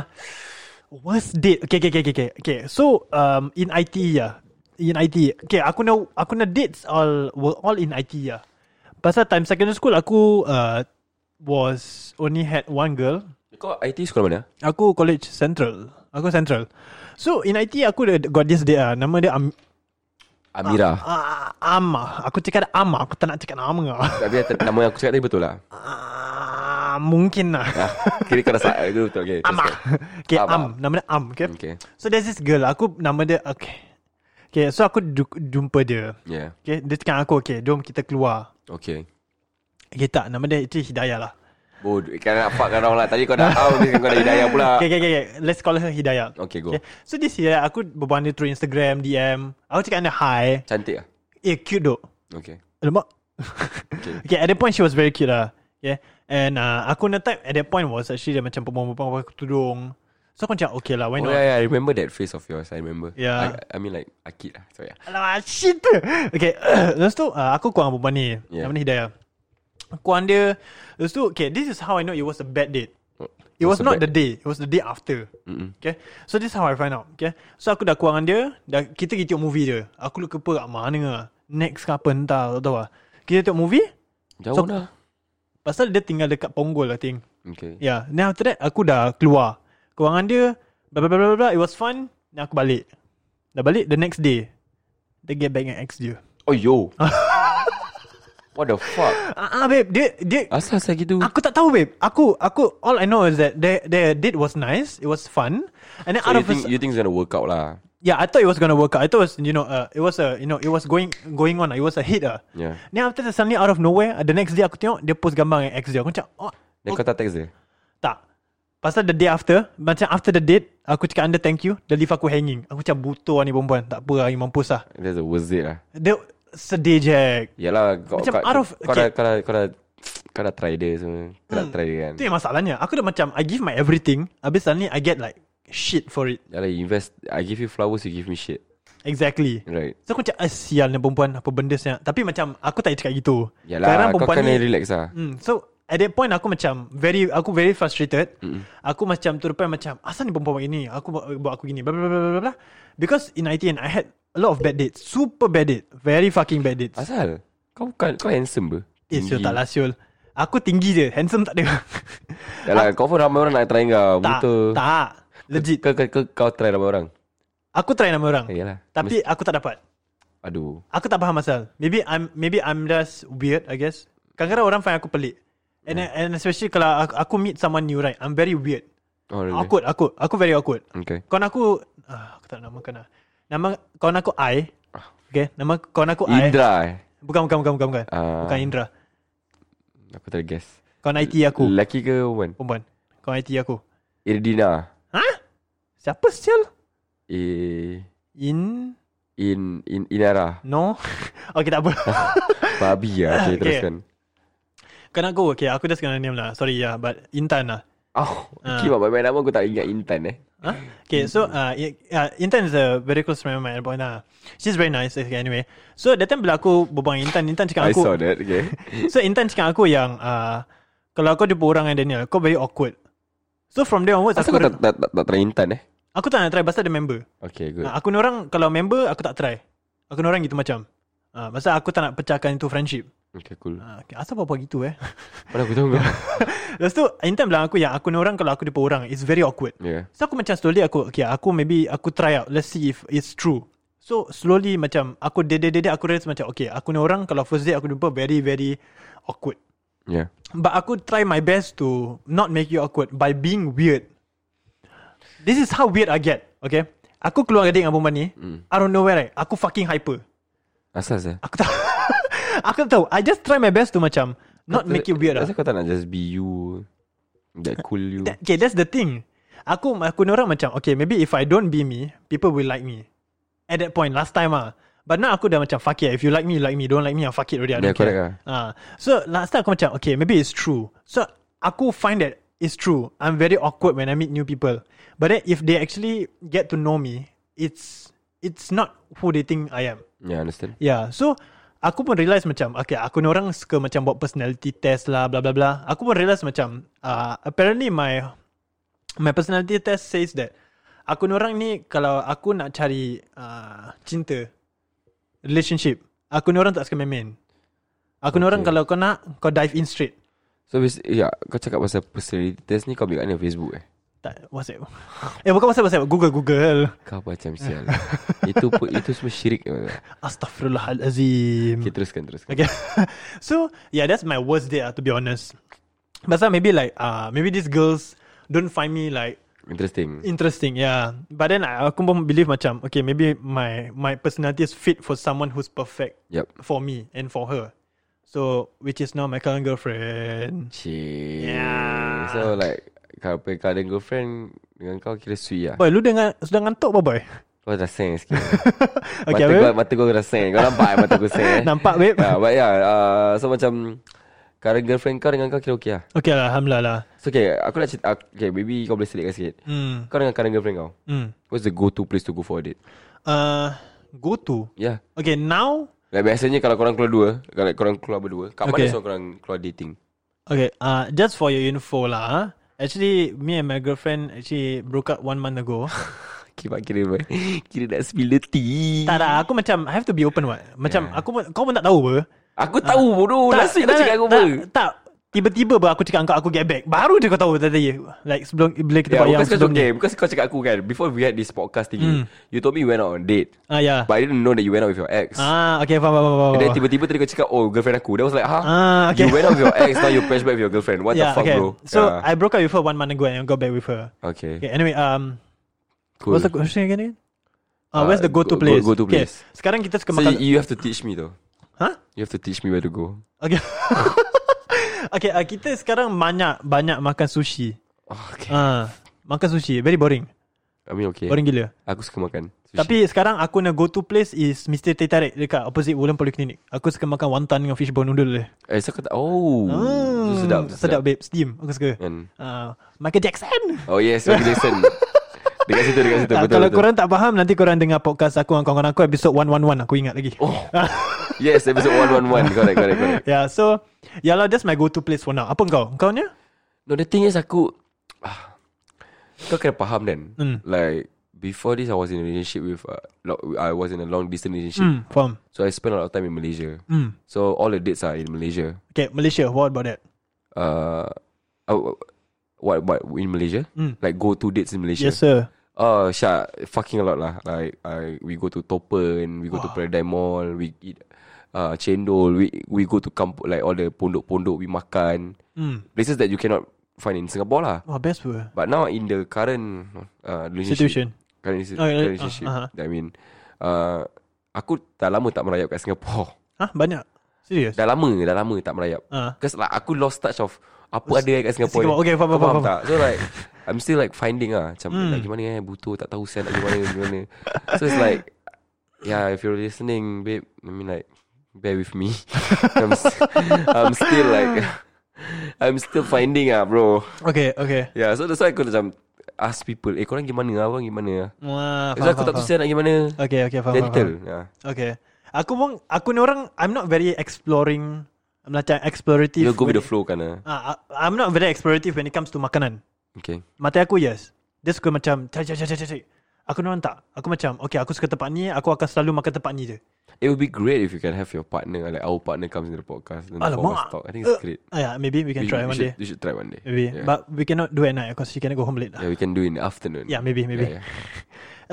S1: worst date. Okay, okay, okay, okay, okay. Okay, so um, in IT ya. In IT. Okay, aku nak aku nak dates all were all in IT ya. Pasal time secondary school aku uh, was only had one girl.
S2: Kau IT sekolah mana
S1: Aku college central. Aku central. So in IT aku ada- got this date ah. Nama dia Am
S2: Amira
S1: ah, Ama. Aku cakap dia Ama. Aku tak nak cakap nama. ah.
S2: Tapi atas- nama yang aku cakap tadi betul lah
S1: Ah, mungkin lah.
S2: ah, Kira kau rasa Itu betul okay,
S1: Ama. Okay,
S2: Ama.
S1: Am. Nama dia Am. Okay?
S2: ah. Okay
S1: So there's this girl. Aku nama dia okay. Okay, so aku du- jumpa dia.
S2: Yeah
S1: Okay, dia cakap dengan aku, okay, jom kita keluar.
S2: Okay
S1: Okay, tak. Nama dia itu Hidayah lah.
S2: Bodoh Kau nak fuck around lah Tadi kau dah out Sekarang kau dah hidayah pula
S1: Okay, okay, okay, okay. Let's call her Hidayah.
S2: Ah. Okay, go.
S1: So this Hidayah, aku berbual dia through Instagram, DM. Aku cakap dengan dia, hi.
S2: Cantik lah
S1: Eh, cute doh.
S2: Okay
S1: Alamak. okay. okay, at that point she was very cute lah. Yeah. And uh, aku nak type at that point was actually dia macam perempuan-perempuan pakai tudung. So aku macam okay lah, why
S2: Oh
S1: not?
S2: yeah, yeah I remember that face of yours I remember
S1: Yeah.
S2: I, I mean like Akid lah Sorry lah
S1: Alamak, shit tu. Okay, lepas tu uh, aku kurang perempuan ni.
S2: Yeah.
S1: Yeah. Nama ni Hidayah. Kurang dia. Lepas tu, okay, this is how I know it was a bad date. It was
S2: Oh, a
S1: not
S2: bad
S1: the day. It was the day after.
S2: Mm-mm.
S1: Okay. So this is how I find out. Okay. So aku dah keluar dengan dia. Dah, kita pergi tengok movie dia. Aku lupa kat mana. Next ke apa entah. Tak tahu lah. Kita tengok movie.
S2: Jauh
S1: So-
S2: dah
S1: Pasal dia tinggal dekat Punggol I think.
S2: Okay.
S1: Yeah Then after that Aku dah keluar Kewangan dia blah, blah, blah, blah, blah, It was fun Then aku balik Dah balik the next day Dia get back dengan ex dia
S2: Oh yo. What the fuck?
S1: Ah uh, babe Dia dia
S2: Asal saya gitu?
S1: Aku tak tahu babe Aku aku All I know is that Their, their date was nice It was fun And then
S2: So Oh,
S1: out
S2: you
S1: of a
S2: think
S1: s-
S2: you think it's gonna work out lah?
S1: Yeah, I thought it was gonna work out. I thought it was you know, uh, it was a you know, it was going going on. It was a hit. Uh.
S2: Yeah.
S1: Then after that suddenly out of nowhere, uh, the next day aku tengok dia post gambar dengan ex dia. Aku macam oh
S2: Then kau tak text dia?
S1: tak. Pasal the day after, macam after the date, aku cakap anda thank you, dia leave aku hanging. Aku macam butuh ni perempuan. Tak apa, lagi mampus lah.
S2: That's a worth it lah.
S1: Dia sedih Jack.
S2: Yalah kau
S1: Macam
S2: kau,
S1: out of-
S2: kau, dah,
S1: okay. Hmm.
S2: kau dah kau dah kau dah try dia semua. Kau dah try dia kan.
S1: Itu yang masalahnya. Aku dah macam I give my everything, habis suddenly I get like shit for it.
S2: Yalah Ya lah, you invest I give you flowers you give me shit.
S1: Exactly.
S2: Right.
S1: So aku macam ah, sial ni perempuan apa benda sial. Tapi macam aku tak cakap gitu. Sekarang
S2: Yalah Ya kau
S1: perempuan
S2: kena
S1: ni-
S2: relax lah.
S1: Hmm, so at that point aku macam very aku very frustrated. Mm-hmm. Aku macam to the point macam asal ni perempuan buat gini? Aku buat, buat aku gini blah blah blah blah blah, blah. Because in ITN I had a lot of bad dates, super bad date, very fucking bad dates.
S2: Asal? Kau bukan kau handsome ber?
S1: Eh, siul tak lah siul. Aku tinggi je, handsome tak ada.
S2: Yalah kau pun Ya lah, ramai orang nak try kau.
S1: tak,
S2: Buta.
S1: tak. Legit.
S2: Kau, kau, kau, kau try ramai orang.
S1: Aku try nama orang.
S2: Eh, Yalah.
S1: Tapi aku tak dapat.
S2: Mes- aduh.
S1: Aku tak faham asal. Maybe I'm maybe I'm just weird, I guess. Kadang-kadang orang find aku pelik. And and especially kalau aku, aku meet someone new, right? I'm very weird.
S2: Oh, really?
S1: Awkward, awkward. Aku very awkward.
S2: Okay.
S1: Kawan aku ah, Aku tak nak namakan lah Nama Kawan aku I Okay Nama kawan aku I
S2: Indra eh.
S1: Bukan bukan bukan Bukan, bukan.
S2: Ah.
S1: bukan Indra
S2: Aku tak guess.
S1: Kawan IT aku
S2: Lelaki ke woman?
S1: Perempuan Kawan IT aku
S2: Irdina.
S1: Ha? Siapa sial?
S2: Eh,
S1: In
S2: in in Inara.
S1: No Okay tak apa
S2: Babi lah. Okay,
S1: Okay.
S2: teruskan.
S1: Kawan aku Okay aku just kena name lah Sorry ya yeah, But Intan lah
S2: Oh, okay, uh. main nama aku tak ingat Intan eh.
S1: Huh? Okay, so uh, i- uh, Intan is a very close friend of mine at point lah. She's very nice okay, anyway. So that time bila aku berbual dengan Intan, Intan cakap
S2: I
S1: aku
S2: saw that, okay.
S1: So Intan cakap aku yang uh, Kalau kau jumpa orang dengan Daniel Kau very awkward So from there onwards
S2: Asal
S1: aku,
S2: kau tak,
S1: dah-
S2: tak, tak, tak try Intan eh?
S1: aku tak nak try Pasal dia member
S2: Okay, good.
S1: uh, Aku ni orang Kalau member Aku tak try Aku ni orang gitu macam uh, Pasal aku tak nak pecahkan Itu friendship
S2: Okay, cool.
S1: uh, okay, Asal apa-apa gitu eh
S2: Mana aku tahu kau?
S1: Lepas tu Intan bilang aku Yang aku ni orang Kalau aku jumpa orang It's very awkward
S2: Yeah.
S1: So aku macam slowly aku Okay aku maybe Aku try out Let's see if it's true So slowly macam Aku dede-dede Aku rasa macam Okay aku ni orang Kalau first day aku jumpa Very very awkward
S2: Yeah.
S1: But aku try my best to not make you awkward by being weird. This is how weird I get, okay? Aku keluar dengan dia dengan perempuan ni, mm. I don't know where right, aku fucking hyper.
S2: Asal sah?
S1: Aku tak, aku tak tahu. I just try my best to macam not make it weird lah.
S2: Asal kau tak nak just be you? That cool you.
S1: That- Okay, that's the thing. Aku aku ni orang macam, okay, maybe if I don't be me, people will like me. At that point, last time ah. But now aku dah macam fuck it. If you like me, you like me. Don't like me, I fuck it already. I
S2: Yeah,
S1: don't care.
S2: correct
S1: Ah, so last time aku macam, okay, maybe it's true. So aku find that it's true. I'm very awkward when I meet new people. But then if they actually get to know me, it's it's not who they think I am.
S2: Yeah, understand?
S1: Yeah, Ya, so aku pun realise macam okay, aku ni orang suka macam buat personality test lah bla bla bla. Aku pun realise macam uh, apparently my my personality test says that aku ni orang ni kalau aku nak cari uh, cinta relationship, aku ni orang tak suka main-main. Aku ni orang
S2: Okay.
S1: kalau kau nak kau dive in straight.
S2: So, basi- ya, yeah, kau cakap pasal personality test ni kau ambil kat mana Facebook eh?
S1: Tak WhatsApp. Eh bukan WhatsApp WhatsApp, Google Google.
S2: Kau macam sial. itu pun, itu semua syirik. Okay,
S1: Astaghfirullahalazim.
S2: teruskan, teruskan.
S1: Okay. so yeah, that's my worst date. ah, to be honest. But some maybe like uh maybe these girls don't find me like
S2: Interesting.
S1: interesting. Yeah. But then I aku pun believe macam okay maybe my my personality is fit for someone who's perfect
S2: Yep.
S1: for me and for her. So which is now my current girlfriend.
S2: Cik. Yeah. So like kau punya kau ada girlfriend dengan kau kira sweet lah.
S1: Boy, lu dengan sudah ngantuk apa boy?
S2: Kau dah seng sikit. mata,
S1: Okay, babe.
S2: kau, mata kau dah seng. Kau nampak eh, mata kau seng. Eh?
S1: Nampak, babe.
S2: Yeah, but yeah, uh, so macam current girlfriend kau dengan kau kira okay lah.
S1: Okay lah, alhamdulillah lah.
S2: So okay, aku nak cerita. ak- Okay, maybe kau boleh selitkan sikit.
S1: Hmm.
S2: Kau dengan current girlfriend kau.
S1: Hmm.
S2: What's the go-to place to go for a date? Ya.
S1: Uh, go to.
S2: Yeah.
S1: Okay, now
S2: Like biasanya kalau korang keluar dua, kalau korang keluar berdua, kat mana
S1: Okay.
S2: so korang keluar dating?
S1: Okay, uh, just for your info lah. ah. Actually, me and my girlfriend actually broke up one month ago.
S2: Kira kira apa? Kira nak spill the tea.
S1: tak tak, aku macam I have to be open what. Macam aku pun kau pun tak tahu apa.
S2: Aku tahu bodoh. Oh, Last week kau
S1: tak,
S2: cakap aku
S1: tak,
S2: apa?
S1: tak, Tiba-tiba baru aku cakap dengan kau Aku get back Baru dia kau tahu tadi Like sebelum Bila kita
S2: Yeah,
S1: buat yang
S2: bukan sebelum
S1: sebelum
S2: okay,
S1: ni Hmm.
S2: Because kau cakap aku kan Before we had this podcast thingy You told me you went out on a date
S1: Ah ya
S2: But I didn't know that you went out with your ex
S1: Ah okay faham faham faham, faham
S2: And then
S1: faham.
S2: tiba-tiba tadi kau cakap Oh girlfriend aku That was like huh?
S1: Ah, okay.
S2: You went out with your ex Now you patch back with your girlfriend What the fuck bro
S1: So
S2: yeah.
S1: I broke up with her one month ago and I got back with her.
S2: Okay,
S1: Okay, anyway, um,
S2: cool
S1: what's the question again? again? Uh,
S2: Uh,
S1: where's the go-to
S2: go- go-
S1: place?
S2: go-to
S1: Okay,
S2: place.
S1: sekarang kita suka
S2: So
S1: makan.
S2: you, you have to teach me though
S1: Huh?
S2: You have to teach me where to go
S1: Okay. okay, uh, kita sekarang banyak banyak makan sushi.
S2: oh, Okay
S1: Ah, makan sushi very boring.
S2: I mean okay
S1: Boring gila.
S2: Aku suka makan sushi.
S1: Tapi sekarang aku nak go-to place is Mr. Teh Tarik dekat opposite Woodland Polyclinic. Aku suka makan wonton dengan fishbone noodle dia.
S2: Eh so kau tak Oh
S1: Hmm,
S2: so Sedap
S1: sedap babe, steam. Aku suka.
S2: And-
S1: Ah, Michael Jackson.
S2: Oh yes Michael Jackson Dekat situ Dekat situ Ya,
S1: Ah,
S2: Betul
S1: kalau
S2: betul
S1: korang tak faham Nanti korang dengar podcast aku Dengan kawan-kawan aku Episode 111 Aku ingat lagi
S2: Oh Yes episode 111 Correct correct correct
S1: Yeah so Ya lah that's my go to place for now Apa kau? Kau ni?
S2: No the thing is aku ah, Kau kena faham then
S1: Hmm.
S2: Like Before this I was in a relationship with uh, lo- I was in a long distance relationship
S1: Hmm Faham
S2: So I spent a lot of time in Malaysia
S1: Hmm
S2: So all the dates are in Malaysia
S1: Okay Malaysia What about that?
S2: uh, uh, what what in Malaysia?
S1: Mm.
S2: Like go to dates in Malaysia.
S1: Yes sir
S2: Oh, sya, fucking a lot lah. Like I, we go to Topen, we go to Paradigm Mall, we eat uh, cendol, we we go to kampung like all the pondok-pondok we makan.
S1: Hmm
S2: Places that you cannot find in Singapore lah.
S1: Wah best pun
S2: But now in the current uh, relationship,
S1: Situation
S2: current, resi-
S1: Oh, yeah,
S2: current
S1: uh,
S2: relationship,
S1: uh-huh.
S2: I mean, uh, aku dah lama tak merayap kat Singapore.
S1: Hah banyak? Serius?
S2: Dah lama, dah lama tak merayap.
S1: Ah.
S2: Because like aku lost touch of apa ada kat Singapore.
S1: Singapore,
S2: ni.
S1: okay, faham,
S2: Kau
S1: faham, faham. Hmm.
S2: tak? So like I'm still like finding ah macam like, gimana eh butuh tak tahu sen nak gimana gimana. So it's like yeah, if you're listening babe, I mean like bear with me. I'm, s- I'm still like I'm still finding ah bro.
S1: Okay okay
S2: Yeah, so that's why aku macam ask people, eh korang gimana? Abang gimana?
S1: Wah
S2: Sebab aku tak
S1: faham,
S2: tahu
S1: faham, faham.
S2: sen nak gimana.
S1: Okay okay faham faham,
S2: Gentle.
S1: faham.
S2: Yeah.
S1: Okay Aku pun Aku ni orang I'm not very exploring Macam explorative
S2: You go with
S1: when
S2: the flow kan ah.
S1: it- Ah, I- I'm not very explorative When it comes to makanan
S2: Okay.
S1: Mata aku yes Dia suka macam Cari cari cari cari, cari Aku ni orang tak Aku macam Okay aku suka tempat ni Aku akan selalu makan tempat ni je
S2: It would be great if you can have your partner, like our partner comes in the podcast and the podcast
S1: Alamak.
S2: talk. I think it's great.
S1: Ah, yeah, Maybe we
S2: we,
S1: can try
S2: we
S1: one
S2: should,
S1: day
S2: We should try one day.
S1: Maybe
S2: Yeah.
S1: But we cannot do at night Because she cannot go home late lah
S2: yeah, we can do it in the afternoon.
S1: Yeah maybe maybe
S2: Yeah,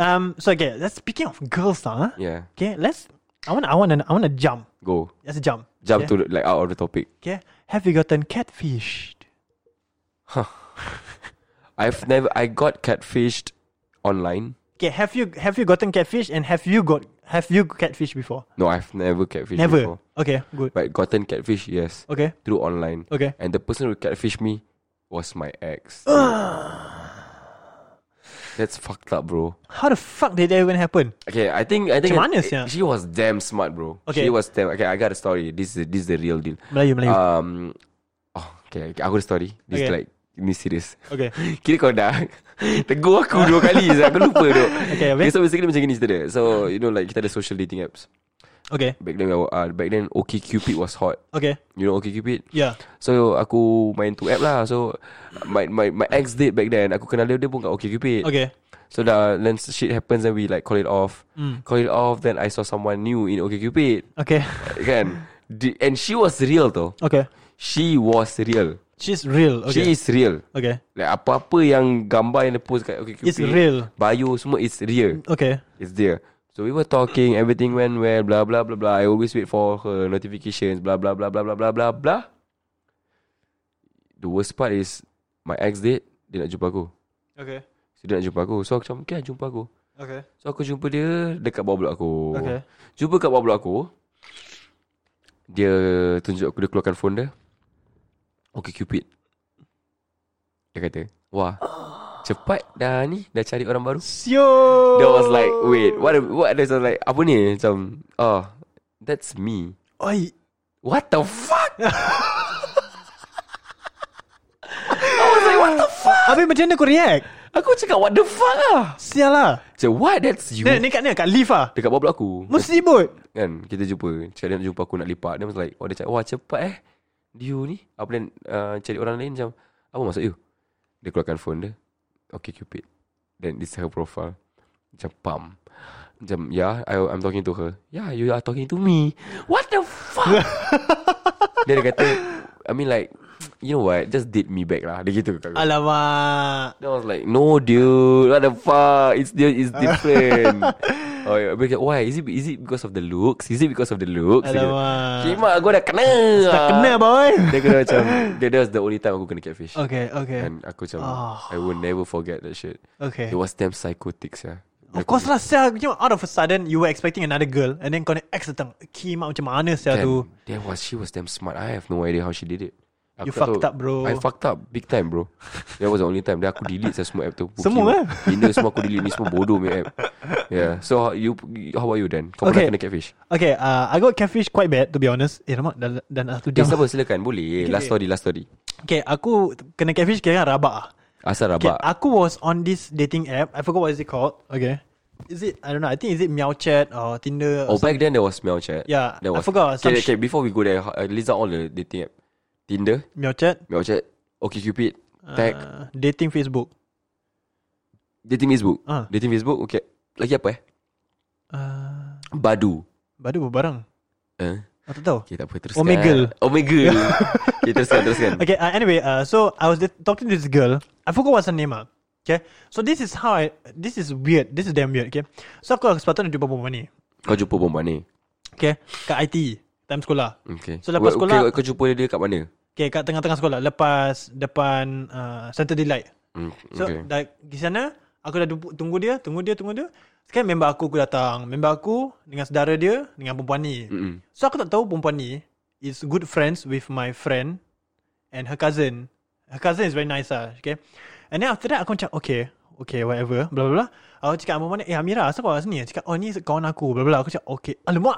S1: Um, So okay That's speaking of girls lah huh?
S2: yeah. Yeah.
S1: Okay let's I want I want I want to jump
S2: Go.
S1: Let's jump
S2: Jump
S1: okay?
S2: to the- like out of the topic.
S1: Okay Have you gotten catfished?
S2: I've never I got catfished online.
S1: Okay have you have you gotten catfish And have you got Have you catfish before?
S2: No, I've never catfished
S1: Never
S2: before.
S1: Okay good
S2: But gotten catfish, yes.
S1: Okay
S2: Through online.
S1: Okay
S2: And the person who catfished me was my ex. That's fucked up, bro.
S1: How the fuck did that even happen?
S2: Okay, I think I think
S1: Macam mana
S2: it-
S1: sia?
S2: she was damn smart, bro.
S1: Okay.
S2: She was damn okay. I got a story. This is this is the real deal.
S1: Melayu Melayu
S2: Um, oh, okay, okay, aku ada story. This
S1: Okay.
S2: okay. like ni serious.
S1: Okay
S2: Kira kau dah Tegur aku dua kali Zah. Aku lupa tu
S1: Okay, habis?
S2: So basically macam gini cerita dia So you know like Kita ada social dating apps
S1: Okay
S2: Back then uh, Back then OkCupid was hot
S1: Okay
S2: You know OkCupid
S1: Yeah
S2: So aku main tu app lah So My my my ex date back then Aku kenal dia Dia pun kat OkCupid
S1: Okay
S2: So dah Then shit happens Then we like call it off
S1: Hmm.
S2: Call it off Then I saw someone new In OkCupid
S1: Okay
S2: Kan Di- And she was real tau
S1: Okay
S2: She was real
S1: She's real
S2: She
S1: Okay
S2: is real
S1: Okay
S2: Like apa-apa yang gambar yang dia post kat OkCupid
S1: It's real.
S2: Bio semua it's real
S1: Okay
S2: It's there So we were talking Everything went well Blah blah blah blah I always wait for her notifications Blah blah blah blah blah blah blah blah The worst part is My ex date Dia nak jumpa aku
S1: Okay
S2: So dia nak jumpa aku So aku macam Okay lah, jumpa aku
S1: Okay
S2: So aku jumpa dia Dekat bawah blok aku
S1: Okay.
S2: Jumpa kat bawah blok aku Dia tunjuk aku Dia keluarkan phone dia Okay Cupid Dia kata Wah Cepat dah ni Dah cari orang baru
S1: Sio
S2: That was like Wait What what That's like Apa ni Macam Oh That's me
S1: Oi
S2: What the fuck
S1: Habis macam mana kau react?
S2: Aku cakap what the fuck lah
S1: Sial lah
S2: Macam what that's you
S1: Dia ni kat ni kat lift lah
S2: Dekat bawah blok aku
S1: Mesti bot
S2: Kan kita jumpa Cakap dia nak jumpa aku nak lipat Dia was like oh, dia cakap Wah cepat eh You ni Apa dan uh, Cari orang lain macam Apa maksud you Dia keluarkan phone dia Okay Cupid Then this her profile Macam pam Macam yeah I, I'm talking "Ya, to her Yeah you are talking to me What the fuck Then dia kata I mean like You know what Just date me back lah Dia gitu kat aku
S1: Alamak
S2: Then I was like No dude What the fuck It's di- it's different Oh, yeah. Because, why? Is it is it because of the looks? Is it because of the looks?
S1: Alamak.
S2: Kima aku dah kena.
S1: Tak kena boy
S2: Dia kena macam That that was the only time aku kena catfish
S1: Okay okay
S2: And aku macam
S1: Oh.
S2: I will never forget that shit
S1: Okay
S2: It was damn psychotic yeah.
S1: Of course lah Sia you know, Out of a sudden You were expecting another girl And then kau ni ex datang Kimak macam mana Sia tu
S2: That was She was Kan? damn smart I have no idea how she did it
S1: You
S2: tak
S1: fucked up, bro.
S2: I fucked up Big time bro That was the only time Then aku delete saya semua app tu Pukul.
S1: Semua, eh?
S2: Bina semua aku delete Ni semua bodoh punya app Yeah So how, you How are you then Kau
S1: Okay.
S2: pernah kena catfish
S1: Okay uh, I got catfish quite bad To be honest Eh ramak Dan, dan aku
S2: Eh
S1: jam
S2: siapa silakan Boleh Last story Last story
S1: Okay aku Kena catfish kira rabak ah.
S2: Asal rabak
S1: Okay, aku was on this dating app. I forgot what is it called. Okay. Is it I don't know. I think is it Meow Chat or Tinder
S2: Oh
S1: or
S2: back then there was Smell chat
S1: Yeah,
S2: there was.
S1: I forgot, some
S2: okay, okay,
S1: sh-
S2: Before we go there uh, List out all the dating app Tinder
S1: some- Meow Chat?
S2: Smell chat Okay Cupid Tag
S1: Uh, dating Facebook.
S2: Dating Facebook
S1: Ah.
S2: Dating Facebook Okay Lagi apa eh
S1: Uh,
S2: Badu
S1: baru barang.
S2: Eh
S1: Aku tak tahu.
S2: Okay tak apa teruskan
S1: Omega.
S2: Omega Okay teruskan teruskan
S1: Okay, uh, anyway, uh, so I was dit- talking to this girl. I forgot what's her name ah. Okay. So this is how I this is weird. This is damn weird, okay? So aku sepatutnya jumpa perempuan ni.
S2: Kau jumpa perempuan ni
S1: Okay, kat IT time sekolah.
S2: Okay
S1: So,
S2: Wait,
S1: lepas sekolah-
S2: okay, Kau jumpa dia kat mana
S1: Okay, kat tengah-tengah sekolah lepas depan uh, Saturday Light.
S2: Hmm,
S1: So
S2: okay.
S1: okay. dah di sana aku dah dupu- tunggu dia, tunggu dia, tunggu dia. Sekarang member aku aku datang. Member aku dengan saudara dia dengan perempuan ni.
S2: Mm-mm.
S1: So aku tak tahu perempuan ni is good friends with my friend and her cousin. Her cousin is very nice lah, okay. And then after that aku macam okay, okay whatever, blah blah blah. Aku cakap dengan perempuan ni, eh Amira, asal kau kat sini? Cakap, oh ni kawan aku, blah blah. blah. Aku cakap, okay. Alamak.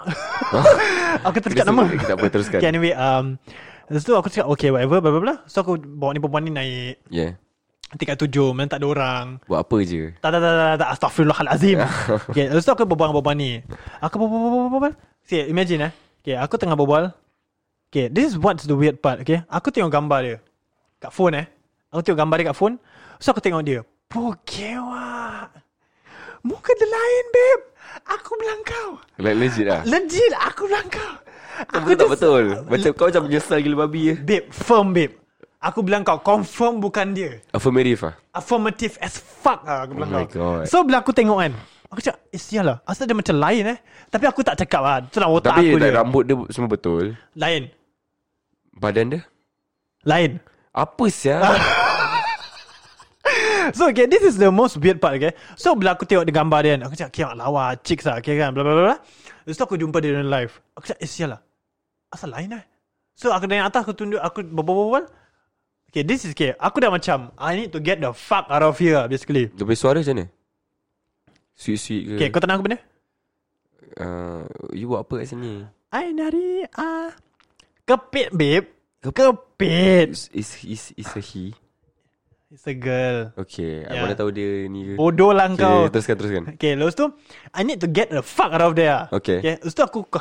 S1: aku terdekat
S2: Terus-
S1: nama.
S2: okay, tak apa, teruskan.
S1: Okay, anyway, um, Lepas tu aku cakap Okay whatever blah blah blah So aku bawa ni perempuan ni naik
S2: Yeah
S1: Tingkat tujuh Mana tak ada orang
S2: Buat apa je
S1: tak, tak, tak, tak, tak, tak. Astaghfirullahalazim.
S2: Ya.
S1: okay, lepas tu aku berbual dengan perempuan ni. Aku berbual, berbual, berbual. Okay, imagine eh. Okay, aku tengah berbual. Okay, this is what's the weird part, okay? Aku tengok gambar dia. Kat phone eh. Aku tengok gambar dia kat phone. So aku tengok dia. Pokewa. Muka dia lain, babe. Aku bilang kau.
S2: Like legit lah
S1: Legit, aku bilang kau.
S2: Betul tak betul Macam kau macam menyesal gila babi je
S1: Babe, firm, babe. Aku bilang kau, confirm bukan dia.
S2: Affirmative lah
S1: Affirmative as fuck lah aku bilang
S2: Oh my
S1: kau.
S2: God.
S1: So bila aku tengok kan, aku cakap, eh sial lah. Asal dia macam lain eh. Tapi aku tak cakap lah. Itu lah otak
S2: Tapi
S1: aku
S2: like,
S1: dia.
S2: rambut dia semua betul
S1: lain.
S2: Badan dia
S1: Lain.
S2: Apa siya
S1: So okay, this is the most weird part okay. So bila aku tengok dia gambar dia kan, aku cakap, kiamat lawa, chicks lah, okay kan, bla bla bla. bla. Lepas tu aku jumpa dia dalam live. Aku cakap, eh sial lah. Asal lain eh. So aku naik atas, aku tunduk, aku berbual-bual. Okay, this is okay. Aku dah macam, I need to get the fuck out of here basically.
S2: Dia punya suara macam mana Sweet-sweet ke
S1: Okay, kau tenang aku benda?
S2: uh, You buat apa kat sini
S1: I nari ah kepit babe. Kepit.
S2: It's, it's, it's, it's a he
S1: It's a girl.
S2: Okay yeah. I
S1: Yeah.
S2: mana tahu dia ni ke
S1: Bodoh lah
S2: okay,
S1: kau.
S2: Teruskan teruskan
S1: Okay, lepas tu I need to get the fuck out of there. ah.
S2: Okay.
S1: okay lepas tu aku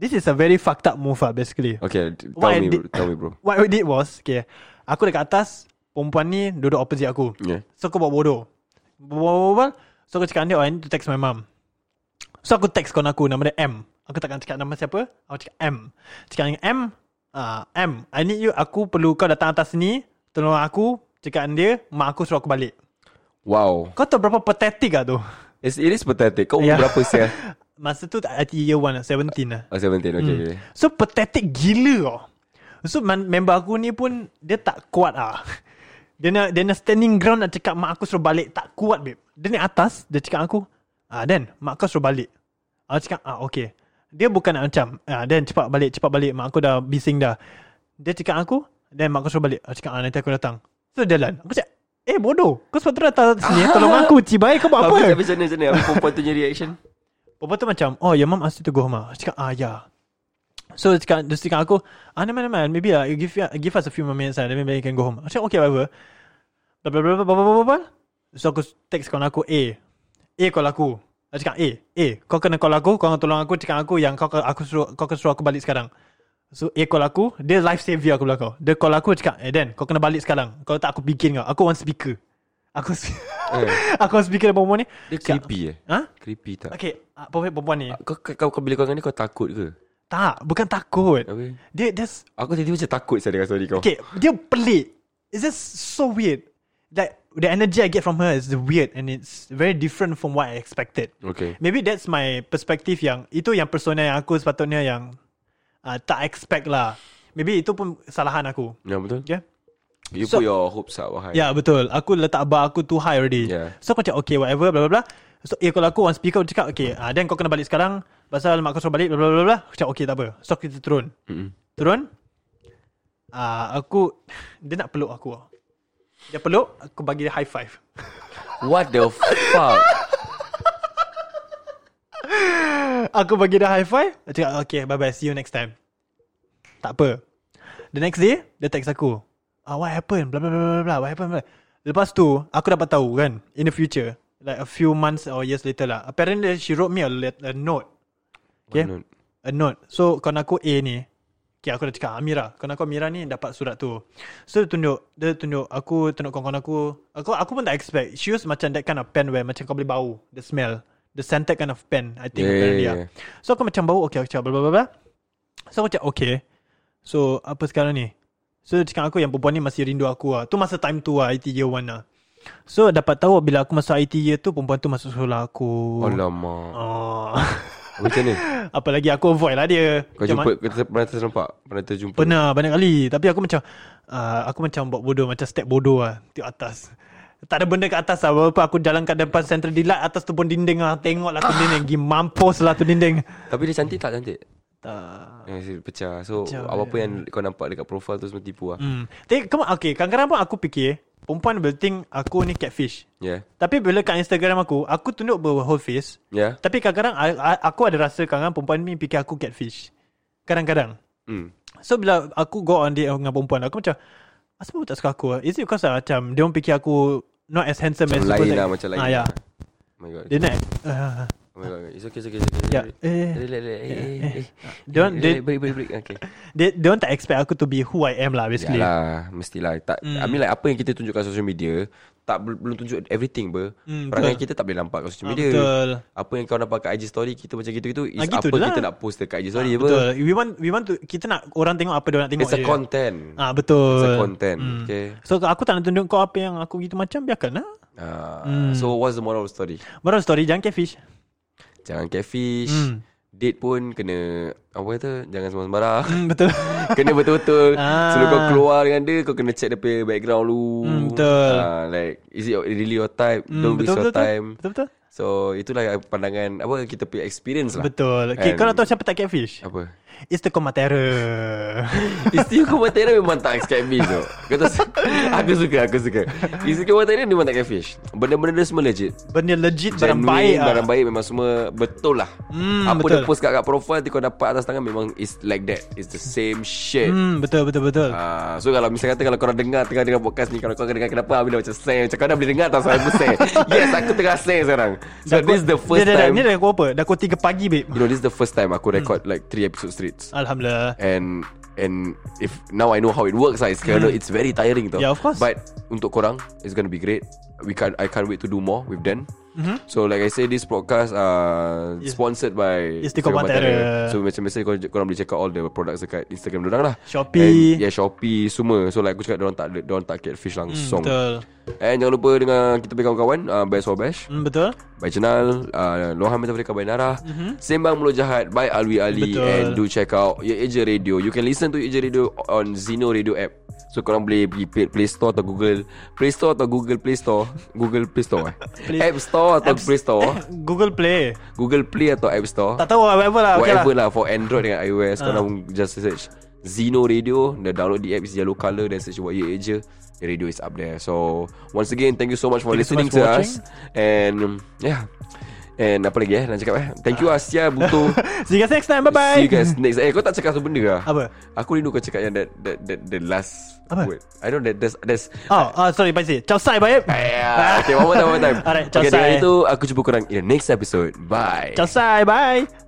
S1: This is a very fucked up move lah basically.
S2: Okay t- tell
S1: Why
S2: me
S1: did-
S2: bro, Tell me bro
S1: What we did was, okay, aku dekat atas, perempuan ni duduk opposite aku.
S2: Yeah
S1: So aku buat bodoh. Berbual-bual, so aku cakap dengan dia, oh, I need to text my mom. So aku text kawan aku, nama dia M. Aku takkan cakap nama siapa, aku cakap M. Cakap dengan M, ah M, I need you, aku perlu kau datang atas sini, tolong aku, cakap dengan dia, mak aku suruh aku balik.
S2: Wow
S1: Kau tahu berapa pathetic lah tu?
S2: It's, It is pathetic Kau umur
S1: Yeah.
S2: berapa siya
S1: Masa tu IT year 1 lah, 17 lah.
S2: Oh 17 Okay, okay.
S1: So pathetic gila oh. So man, member aku ni pun dia tak kuat ah. Dia nak dia nak standing ground nak cakap mak aku suruh balik tak kuat babe. Dia naik atas dia cakap aku, "Ah Dan, mak kau suruh balik." Aku cakap, "Ah okey." Dia bukan nak macam, "Ah Dan cepat balik, cepat balik, mak aku dah bising dah." Dia cakap aku, "Dan mak kau suruh balik." Aku cakap, "Ah nanti aku datang." So dia jalan. Aku cakap, "Eh bodoh, kau sepatutnya datang sini tolong aku, cibai kau buat
S2: Apa?
S1: apa?"
S2: Habis macam mana macam mana Apa perempuan tu punya reaction
S1: Perempuan tu macam Oh your mom asked you to go home ah. Aku cakap ah ya So dia cakap, dia cakap aku Ah never mind, never mind Maybe lah give, you- give us a few more minutes lah Then maybe you can go home Aku cakap okay whatever Blah blah blah blah blah blah, blah blah So aku text kawan aku A A call aku Aku cakap A A kau kena call aku Kau kena tolong aku Cakap aku yang kau aku suruh Kau kena suruh aku balik sekarang So A call aku Dia life savior aku belakang Dia call aku cakap Eh Dan kau kena balik sekarang Kalau tak aku bikin kau Aku on speaker Aku Aku on speaker dengan perempuan ni
S2: Eh. Dia
S1: Cakap,
S2: creepy eh
S1: Ha?
S2: Creepy tak
S1: Okay, ah, perempuan perempuan ni
S2: kau, kau, kau, kau bila kau dengan dia Kau takut ke
S1: Tak, bukan takut.
S2: Apa?
S1: Dia that's
S2: Aku tiba-tiba macam takut saya dengan story kau
S1: okay, dia pelik. It's just so weird. Like the energy I get from her is weird and it's very different from what I expected.
S2: Okay.
S1: Maybe that's my perspective yang itu yang persona yang aku sepatutnya yang uh, tak expect lah. Maybe itu pun kesalahan aku.
S2: Ya betul
S1: Okay?
S2: You
S1: So-
S2: put your hopes up high
S1: Ya yeah, betul Aku letak bar aku too high already
S2: Yeah.
S1: So aku cakap okay whatever bla bla bla So eh kalau aku on speaker aku cakap okay ah, Then kau kena balik sekarang Pasal mak kau suruh balik bla bla bla bla Aku cakap okay tak apa So kita turun mm-hmm. Turun Ah Aku Dia nak peluk aku tau. Dia peluk Aku bagi dia high five
S2: What the fuck
S1: Aku bagi dia high five Aku cakap okay bye bye see you next time Tak apa The next day Dia text aku ah, What happened bla bla bla bla bla What happened blah. Lepas tu Aku dapat tahu kan In the future Like a few months or years later lah Apparently she wrote me a, let, a note Okay
S2: note?
S1: A note So kawan aku A ni Okay aku dah cakap Amira Kawan aku Amira ni dapat surat tu So dia tunjuk Dia tunjuk Aku tunjuk kawan-kawan aku Aku aku pun tak expect She use macam that kind of pen Where macam kau boleh bau The smell The scented kind of pen I think
S2: Yeah,
S1: apparently
S2: yeah,
S1: lah. So aku macam bau Okay aku cakap bla bla bla bla. So aku cakap okay So apa sekarang ni So dia cakap aku yang perempuan ni masih rindu aku lah Tu masa time tu lah IT year 1 lah So dapat tahu bila aku masuk IT year tu Perempuan tu masuk sekolah aku
S2: Alamak
S1: oh.
S2: Macam ni
S1: Apa lagi aku avoid lah dia
S2: Kau
S1: Dia
S2: jumpa Kau ter- pernah terserempak Pernah terjumpa
S1: Pernah banyak kali Tapi aku macam uh, Aku macam buat bodoh Macam step bodoh lah Tengok atas Tak ada benda kat atas lah Apa aku jalan kat depan Central Delight Atas tu pun dinding lah Tengok lah tu dinding Gi mampus lah tu dinding
S2: Tapi dia cantik tak cantik
S1: Tak
S2: Yang si- pecah So
S1: Ah. Pecah, ya.
S2: apa-apa yang kau nampak Dekat profile tu Semua tipu lah
S1: hmm. Tapi come on, okay Kadang-kadang pun aku fikir Perempuan will think Aku ni catfish
S2: Yeah
S1: Tapi bila kat Instagram aku Aku tunjuk ber- whole face
S2: Yeah
S1: Tapi kadang-kadang a- a- Aku ada rasa Kadang-kadang perempuan ni Fikir aku catfish Kadang-kadang
S2: Hmm
S1: So bila aku go on date dengan perempuan Aku macam Asal perempuan tak suka aku ah? Is it because ah, macam Dia orang fikir aku Not as handsome
S2: Macam
S1: as
S2: lain
S1: supposed-
S2: lah Macam lain
S1: ah, ya.
S2: lah. Oh my god
S1: Dia nak uh,
S2: Oh my god It's okay it's okay, it's okay.
S1: Ya. Eh.
S2: Relax relax relax. Eh, eh, eh.
S1: Dia orang-
S2: Relax,
S1: dia-
S2: Break break break Okay
S1: Dia dia orang tak expect aku To be who I am lah Basically yeah,
S2: Yalah Mestilah tak, mm.
S1: Hmm.
S2: I mean like Apa yang kita tunjukkan Social media Tak bel- belum tunjuk everything ber mm,
S1: Hmm,
S2: Perangai
S1: betul.
S2: kita tak boleh nampak Kat social
S1: Ah,
S2: media
S1: betul.
S2: Apa yang kau nampak kat IG story Kita macam gitu-gitu Is
S1: Ah, gitu
S2: apa
S1: lah. Ah,
S2: kita nak post Dekat IG story ber
S1: Betul We want we want to Kita nak orang tengok Apa dia nak tengok
S2: It's a
S1: je.
S2: content
S1: Ah betul. Hmm.
S2: It's a content, okay.
S1: So aku tak nak tunjuk kau apa yang aku gitu macam biarkanlah.
S2: Ah,
S1: Hmm.
S2: So what's the moral of the story
S1: Moral story jangan catfish.
S2: Jangan catfish
S1: Hmm.
S2: Date pun kena Apa kata Jangan lah. sembarang-sembarang
S1: Hmm, betul.
S2: Kena betul-betul
S1: Ah.
S2: Sebelum kau keluar dengan dia Kau kena check dia punya background dulu
S1: Hmm, betul.
S2: Ah, Like Is it really your type
S1: Hmm,
S2: Don't waste
S1: betul,
S2: your
S1: betul,
S2: time
S1: Betul betul.
S2: So itulah pandangan Apa kita punya experience lah
S1: Betul. Okay,
S2: And-
S1: kau nak tahu siapa tak catfish?
S2: Apa
S1: It's the Komatera.
S2: Isteri kau matera memang tak catfish tu Kau tahu Aku suka Aku suka Isteri kau matera memang tak catfish Benda-benda dia semua legit
S1: Benda legit barang
S2: Genuine,
S1: baik. ah.
S2: Barang baik memang semua Betul lah
S1: Hmm,
S2: Apa
S1: betul.
S2: dia post kat, kat profile Nanti kau dapat atas tangan Memang is like that It's the same shit
S1: Hmm, betul betul betul.
S2: Ah, so kalau misalnya kata kalau korang dengar tengah dengar podcast ni kalau korang dengar kenapa Amin dah macam seng macam kau dah boleh dengar tak suara aku seng. Yes, aku tengah seng sekarang. So
S1: Dah
S2: this is
S1: kot-
S2: the first
S1: Dia dah- Hmm. dah-
S2: time.
S1: Ni dah pukul apa? Dah pukul 3 pagi, babe.
S2: You know, this is the first time aku record like three episode straight.
S1: Alhamdulillah.
S2: And and if now I know how it works, lah, it's kind it's very tiring though.
S1: Yeah, of course.
S2: But untuk korang, it's gonna be great. We can I can't wait to do more with them.
S1: Mm-hmm.
S2: So like I say, this podcast uh,
S1: Yes.
S2: sponsored by
S1: Istiqomah Terra.
S2: So macam biasa korang, korang boleh check out all the products dekat Instagram dorang lah.
S1: Shopee.
S2: And, yeah Shopee semua. So like aku cakap dorang tak ada- dorang tak catfish langsung.
S1: Mm, Betul.
S2: And jangan lupa dengan kita punya kawan-kawan uh, Best for Bash.
S1: Hmm, betul.
S2: By Jenal uh, Lohan Minta Afrika by Nara Sembang Mulut Jahat by Alwi Ali
S1: Mhm. Betul.
S2: And do check out Ye Eja Radio You can listen to Ye Eja Radio On Zeno Radio app So korang boleh pergi Play, Play Store atau Google Play Store atau Google Play Store Google Play Store eh
S1: Play-
S2: App Store atau
S1: Apps-
S2: Play Store
S1: Google Play.
S2: Google Play atau App Store
S1: Tak tahu whatever lah. Ah. okay
S2: Whatever
S1: lah.
S2: lah For Android dengan iOS Korang just search Zeno Radio Then download the app It's yellow color Then search buat Ye Eja The radio is up there So Once again Thank you so much For
S1: Thank you so
S2: listening
S1: much
S2: to
S1: for
S2: us And um, Yeah And apa lagi eh Nak cakap eh Thank you Asia Buto
S1: See you guys next time. Bye-bye.
S2: See you guys next Eh kau tak cakap satu benda ke
S1: Apa?
S2: Aku rindu kau cakap yang That, that, that the last
S1: Apa?
S2: word I don't know that, That's, that's
S1: Oh, uh, sorry, Paisi. Ciao sai, babe.
S2: yeah. Okay one more time, one more time.
S1: Alright, ciao
S2: Okay dengan
S1: sai.
S2: itu Aku jumpa korang In the next episode Bye
S1: Ciao sai, bye.